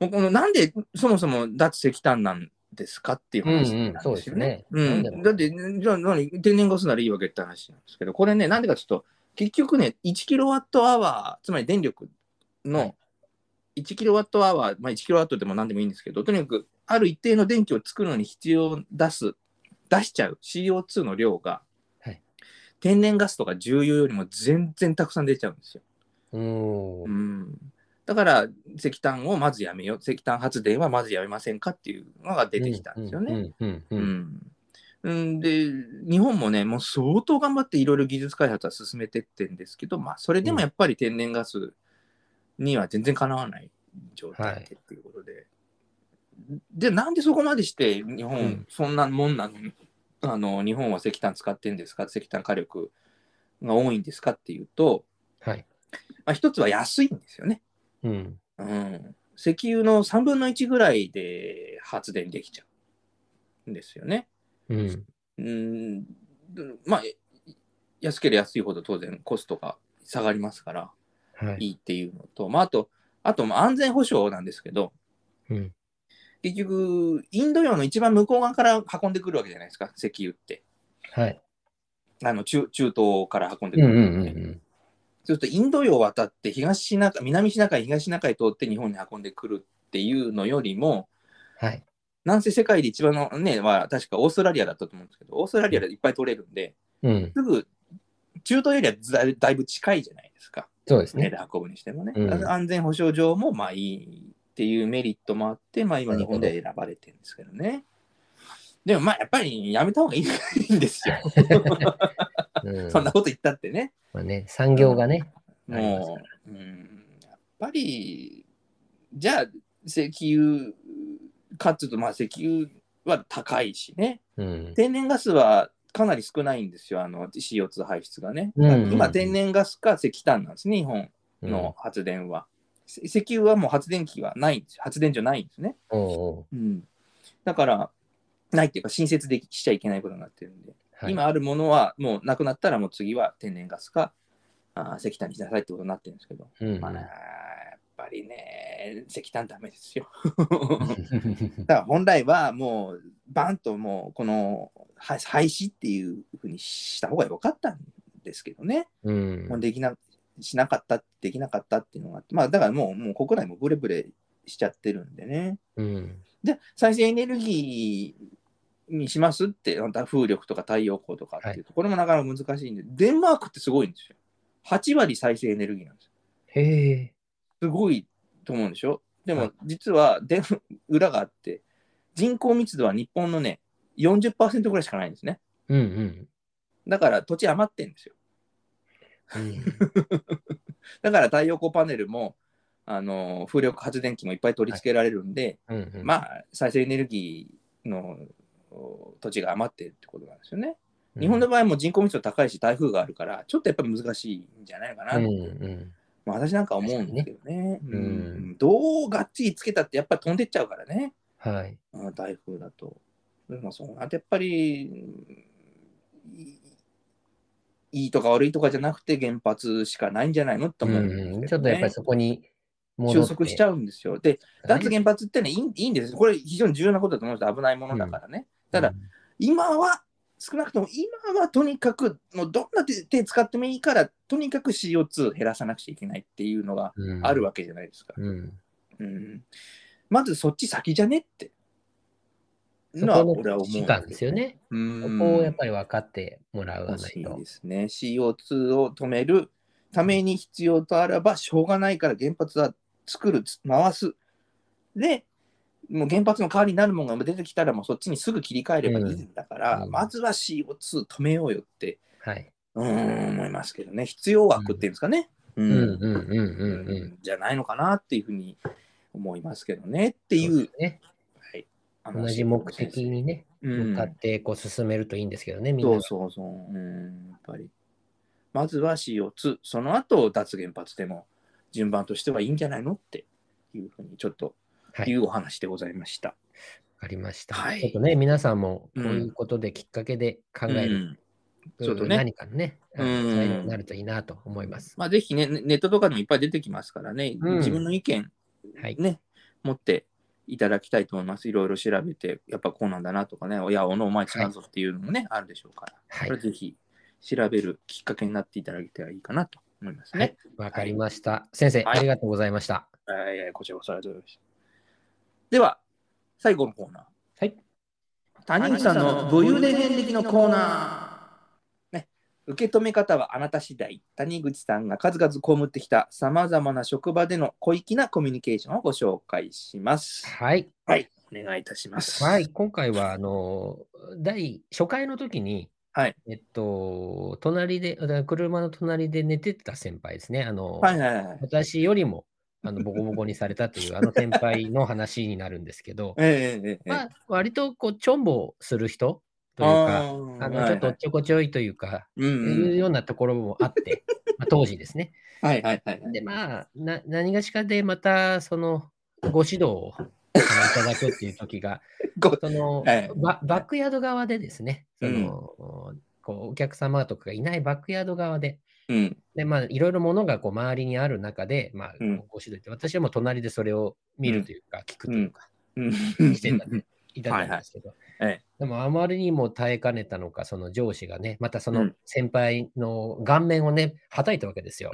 Speaker 2: もうこのなんでそもそも脱石炭なんですかっていう
Speaker 1: うん
Speaker 2: 話
Speaker 1: うん。
Speaker 2: なん
Speaker 1: そうで
Speaker 2: で
Speaker 1: すす
Speaker 2: よね。
Speaker 1: ね。
Speaker 2: う
Speaker 1: なんだろ
Speaker 2: ん、だって、じゃあ何、天然ガスならいいわけって話なんですけど、これね、なんでかちょっと、結局ね、1キロワットアワー、つまり電力
Speaker 1: はい
Speaker 2: の1キロワットアワー、まあ、1キロワットでも何でもいいんですけど、とにかく、ある一定の電気を作るのに必要出す、出しちゃう CO2 の量が、
Speaker 1: はい
Speaker 2: 天然ガスとか重油よりも全然たくさん出ちゃうんですよ。
Speaker 1: うおう
Speaker 2: うん、だから石炭をまずやめよう石炭発電はまずやめませんかっていうのが出てきたんですよね。。
Speaker 1: うんう
Speaker 2: うん
Speaker 1: うんうん
Speaker 2: んうんで日本もねもう相当頑張っていろいろ技術開発は進めてってんですけど、まあ、それでもやっぱり天然ガスには全然かなわない状態でっていうことで、でなんでそこまでして日
Speaker 1: う
Speaker 2: 本
Speaker 1: ん
Speaker 2: そんなもんなの,、あの日本は石炭使ってんですか石炭火力が多いんですかっていうと、
Speaker 1: はい。
Speaker 2: まあ、一つは安いんですよね。
Speaker 1: うん。
Speaker 2: うん、石油の3分の1ぐらいで発電できちゃうんですよね。
Speaker 1: うん。
Speaker 2: うん、まあ、え安ければ安いほど当然コストが下がりますから、
Speaker 1: はい。
Speaker 2: いいっていうのと、まあ、あと、あとまあ安全保障なんですけど、
Speaker 1: うん
Speaker 2: 結局、インド洋の一番向こう側から運んでくるわけじゃないですか、石油って。
Speaker 1: はい。
Speaker 2: あの中中東から運んで
Speaker 1: う
Speaker 2: く
Speaker 1: ん
Speaker 2: る
Speaker 1: うん
Speaker 2: わけで
Speaker 1: うんうん。
Speaker 2: そうするとインド洋を渡って東シナ海南シナ海、東シナ海通って日本に運んでくるっていうのよりも、
Speaker 1: はい。
Speaker 2: 南西世界で一番のね、まあ、確かオーストラリアだったと思うんですけど、オーストラリアでいっぱい取れるんで、
Speaker 1: うん。
Speaker 2: すぐ中東よりはだいだいぶ近いじゃないですか、
Speaker 1: そうですね
Speaker 2: 船で。運ぶにしてもね。
Speaker 1: うん
Speaker 2: だから安全保障上もまあいいっていうメリットもあって、まあ、今、日本で選ばれてるんですけどね。でもまあやっぱりやめた方がいいいいんですよ。
Speaker 1: うん
Speaker 2: そんなこと言ったってね。
Speaker 1: まあね、産業がね。ありますか
Speaker 2: もう、うん、やっぱり、じゃあ、石油かっつうと、まあ、石油は高いしね、
Speaker 1: うん。
Speaker 2: 天然ガスはかなり少ないんですよ、あの CO2 排出がね。
Speaker 1: うんうんうん
Speaker 2: 今、天然ガスか石炭なんですね、日本の発電は。せ石油はもう発電機はないんですよ発電所ないんですね。
Speaker 1: うん。おうおう
Speaker 2: うん、だから、ないっていうか、新設できしちゃいけないことになってるんで。
Speaker 1: はい
Speaker 2: 今あるものはもうなくなったらもう次は天然ガスかあー石炭にしなさいってことになってるんですけど、
Speaker 1: うん
Speaker 2: まあ、やっぱりね石炭ダメですよだから本来はもうバンともうこのは廃止っていうふうにした方が良かったんですけどね、
Speaker 1: うん
Speaker 2: もうできなしなかったできなかったっていうのがあってまあだからもうもう国内もブレブレしちゃってるんでね
Speaker 1: うん。
Speaker 2: で再生エネルギーにしますって、また風力とか太陽光とかっていうところもなかなか難しいんで、デンマークってすごいんですよ。8割再生エネルギーなんですよ。
Speaker 1: へえ。
Speaker 2: すごいと思うんでしょで
Speaker 1: はい
Speaker 2: も実はで、 裏があって、人口密度は日本のね、40%ぐらいしかないんですね。
Speaker 1: うんうん。
Speaker 2: だから土地余ってんですよ。
Speaker 1: うん
Speaker 2: だから太陽光パネルも、あの風力発電機もいっぱい取り付けられるんで、
Speaker 1: うんうん。
Speaker 2: まあ再生エネルギーのお土地が余ってるってことなんですよね。日本の場合も人口密度高いし台風があるからちょっとやっぱり難しいんじゃないかな、
Speaker 1: うんうん。
Speaker 2: まあ、私なんか思うんですけど
Speaker 1: か
Speaker 2: ね
Speaker 1: にね
Speaker 2: うん
Speaker 1: うん
Speaker 2: どうがっちりつけたってやっぱり飛んでっちゃうからね、
Speaker 1: はい。
Speaker 2: うん、台風だと。でもそうなってやっぱりうんいいいとか悪いとかじゃなくて原発しかないんじゃないのって
Speaker 1: う
Speaker 2: 思うんですけど、ね
Speaker 1: んうん。ちょっとやっぱりそこに戻って。
Speaker 2: 収束しちゃうんですよ。で脱
Speaker 1: はい
Speaker 2: 原発ってねいいいいんですこれ非常に重要なことだと思うんです危ないものだからね。ただ、今は少なくとも今はとにかくもうどんな手手使ってもいいからとにかく CO2 減らさなくちゃいけないっていうのが
Speaker 1: うん
Speaker 2: あるわけじゃないですか。
Speaker 1: うん。
Speaker 2: うんまずそっち先じゃねって。
Speaker 1: そ
Speaker 2: のは
Speaker 1: こ
Speaker 2: 俺は
Speaker 1: の
Speaker 2: 思
Speaker 1: 危機
Speaker 2: う。
Speaker 1: 感ですよ。ね。
Speaker 2: う
Speaker 1: そ
Speaker 2: ん。
Speaker 1: こをやっぱり分かってもらわ
Speaker 2: 欲
Speaker 1: な
Speaker 2: し
Speaker 1: い
Speaker 2: い
Speaker 1: と
Speaker 2: で。すね。CO2 を止めるために必要とあらばしょうがないから原発は作る、つ回す。で、もう原発の代わりになるものが出てきたらもうそっちにすぐ切り替えればいいんだから、
Speaker 1: うん
Speaker 2: まずは CO2 止めようよって、
Speaker 1: はい。
Speaker 2: うーん、思いますけどね。必要枠っていうんですかね。う
Speaker 1: うんんうんうんうん
Speaker 2: う
Speaker 1: うん
Speaker 2: じゃないのかなっていうふうに思いますけどねってい
Speaker 1: ん。
Speaker 2: う
Speaker 1: そうですね。
Speaker 2: はい、あの
Speaker 1: 同じ目的にね、
Speaker 2: うん
Speaker 1: 向かってこう進めるといいんですけどね、みんな
Speaker 2: そ
Speaker 1: が
Speaker 2: う。そうそう。うん、やっぱり。まずは CO2、その後脱原発でも順番としてはいいんじゃないのっていうふうにちょっと
Speaker 1: はい
Speaker 2: いうお話でございました。
Speaker 1: わかりました。
Speaker 2: はい
Speaker 1: ちょっとね、皆さんもこ
Speaker 2: う
Speaker 1: うんいうことできっかけで考え
Speaker 2: う
Speaker 1: る、
Speaker 2: んちょっとね
Speaker 1: 何かのね、あ
Speaker 2: う
Speaker 1: の
Speaker 2: ん
Speaker 1: 材料になるといいなと思います。
Speaker 2: まあ、ぜひね、ネネットとかでもいっぱい出てきますからね、
Speaker 1: うん
Speaker 2: 自分の意見、
Speaker 1: はい
Speaker 2: ね、持っていただきたいと思います。いろいろ調べて、やっぱこうなんだなとかね、おや、おのお前違うぞっていうのもね、あるでしょうから、
Speaker 1: はい
Speaker 2: これ。ぜひ調べるきっかけになっていただけたらいいかなと思います
Speaker 1: は
Speaker 2: ね
Speaker 1: い。、わかりました。先生、
Speaker 2: はい
Speaker 1: ありがとうございました。
Speaker 2: はい、やこちらこそありがとうございました。では、最後のコーナー。
Speaker 1: はい。
Speaker 2: 谷口さんの武勇伝遍歴のコーナー。ね、受け止め方はあなた次第。谷口さんが数々被ってきたさまざまな職場での小粋なコミュニケーションをご紹介します。
Speaker 1: はい。
Speaker 2: はい、お願いいたします。
Speaker 1: はい。。今回は、あの、第、初回の時に、
Speaker 2: はい。
Speaker 1: えっと、隣で、だから車の隣で寝てた先輩ですね。あの、
Speaker 2: はいはいはい。、
Speaker 1: 私よりも、あの、ボコボコにされたという、あの先輩の話になるんですけど
Speaker 2: ええええええ。
Speaker 1: まあ、割と、こう、ちょんぼする人というか、あの、ちょっとおっちょこちょいというか、
Speaker 2: う
Speaker 1: い
Speaker 2: んう。
Speaker 1: うんようなところもあ って、まあ当時ですね。
Speaker 2: はいはいはい。
Speaker 1: で、まあ、な何がしかでまた、その、ご指導をあのいただくっていう時が、
Speaker 2: ご
Speaker 1: その、
Speaker 2: はい
Speaker 1: ババックヤード側でですね、その、こうお客様とかがいないバックヤード側で、
Speaker 2: うん。
Speaker 1: で、まあ、いろいろものがこう周りにある中で、まあ、
Speaker 2: うん
Speaker 1: ご指導って、私はもう隣でそれを見るというか、聞くというか、
Speaker 2: うん
Speaker 1: して たねいたんですけど、
Speaker 2: はいはいえ
Speaker 1: でもあまりにも耐えかねたのか、その上司がね、またそうの
Speaker 2: ん
Speaker 1: 先輩の顔面をね、はたいたわけですよ。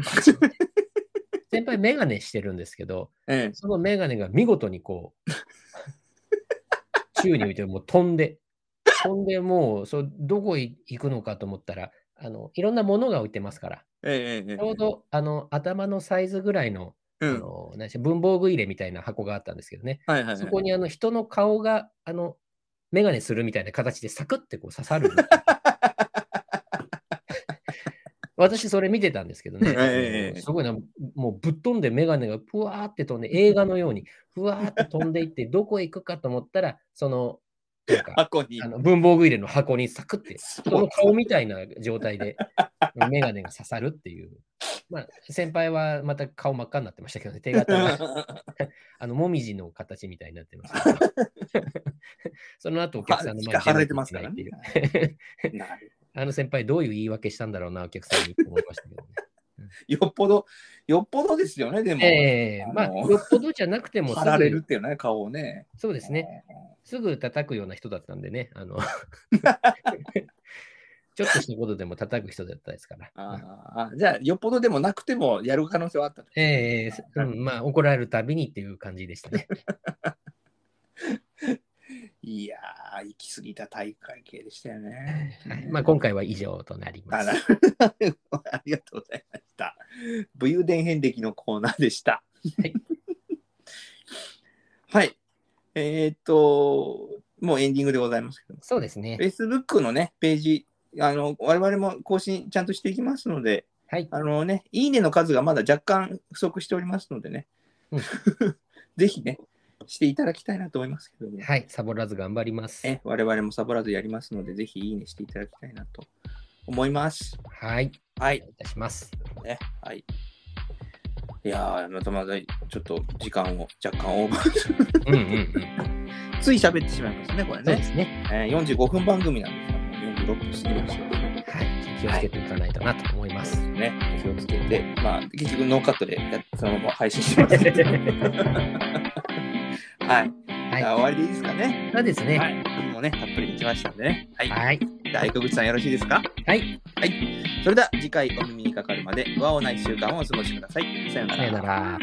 Speaker 1: 先輩、メガネしてるんですけど、
Speaker 2: ええ
Speaker 1: そのメガネが見事にこ う、宙に浮いてもう飛んで、飛んでもう、そうどこへ行くのかと思ったら、あのいろんなものが置いてますから、
Speaker 2: ええええ
Speaker 1: ちょうどあの頭のサイズぐらいの
Speaker 2: う
Speaker 1: あ
Speaker 2: ん。
Speaker 1: の何でしょう文房具入れみたいな箱があったんですけどね、
Speaker 2: はいはいはい。
Speaker 1: そこにあの人の顔があのメガネするみたいな形でサクってこう刺さる。 私それ見てたんですけどね、
Speaker 2: ええ
Speaker 1: すごいな、もうぶっ飛んでメガネがふわーって飛んで、映画のようにふわーって飛んでいって、どこへ行くかと思ったら、その、なんか、
Speaker 2: 箱に
Speaker 1: あ。の文房具入れの箱にサクって、
Speaker 2: そ
Speaker 1: 人の顔みたいな状態で、 メガネが刺さるっていう。まあ、先輩はまた顔真っ赤になってましたけどね、手形が。あの、もみじの形みたいになってますけど。 その後、お客さんの
Speaker 2: は引っか張られてますからね
Speaker 1: 出なきゃいけないっていう
Speaker 2: なる
Speaker 1: あの先輩、どういう言い訳したんだろうな、お客さんにって思いま したけどね。
Speaker 2: よっぽど、よっぽどですよね、でも。
Speaker 1: ええまあ、
Speaker 2: あの
Speaker 1: よっぽどじゃなくても
Speaker 2: 貼られ
Speaker 1: す
Speaker 2: る
Speaker 1: ぐ、
Speaker 2: っていうね、顔をね。
Speaker 1: そうですね、すぐ叩くような人だったんでね、 あの、ちょっとしたことでも叩く人だったですから。
Speaker 2: あーあーじゃあ、よっぽどでもなくてもやる可能性はあったと。
Speaker 1: ええうん、まあ、怒られるたびにっていう感じでしたね。
Speaker 2: いやー、行き過ぎた大会系でしたよ ね。
Speaker 1: はいまあ、今回は以上となりま
Speaker 2: あ
Speaker 1: す
Speaker 2: ら。 ありがとうございました。武勇伝遍歴のコーナーでした。
Speaker 1: はい。
Speaker 2: はい。えーっと、もうエンディングでございますけど、
Speaker 1: そうですね。
Speaker 2: Facebook のね、ページ、あの、我々も更新ちゃんとしていきますので、
Speaker 1: はい。
Speaker 2: あのね、いいねの数がまだ若干不足しておりますのでね、
Speaker 1: うん
Speaker 2: ぜひね、していただきたいなと思いますけども、
Speaker 1: はい。サボらず頑張ります。
Speaker 2: え我々もサボらずやりますので、ぜひいいねしていただきたいなと思います。
Speaker 1: はい。
Speaker 2: は
Speaker 1: お
Speaker 2: い。
Speaker 1: 願いいたします。
Speaker 2: ね、はい。いやー、またまたちょっと時間を若干オーバ
Speaker 1: う
Speaker 2: ー。
Speaker 1: んうん うん。
Speaker 2: つい喋ってしまいますね、こ
Speaker 1: そ
Speaker 2: れ
Speaker 1: うで
Speaker 2: ね。
Speaker 1: すね。
Speaker 2: えー45分番組なんですが、もう46分過ぎましたね。
Speaker 1: はい。気をつけていかないとなと思います。
Speaker 2: ね、気をつけて、まあ、結局ノーカットでやっそのまま配信して ますけど。
Speaker 1: はい
Speaker 2: はい。じゃあ。終わりでいいですかね。
Speaker 1: そうです
Speaker 2: は
Speaker 1: ね。
Speaker 2: い。もうね、たっぷりできましたんでね。はい。
Speaker 1: はい。
Speaker 2: じゃあ、相口さんよろしいですか
Speaker 1: はい。
Speaker 2: それでは次回お耳にかかるまで、和をない習慣をお過ごしください。さような
Speaker 1: さ
Speaker 2: ら
Speaker 1: よ。なら。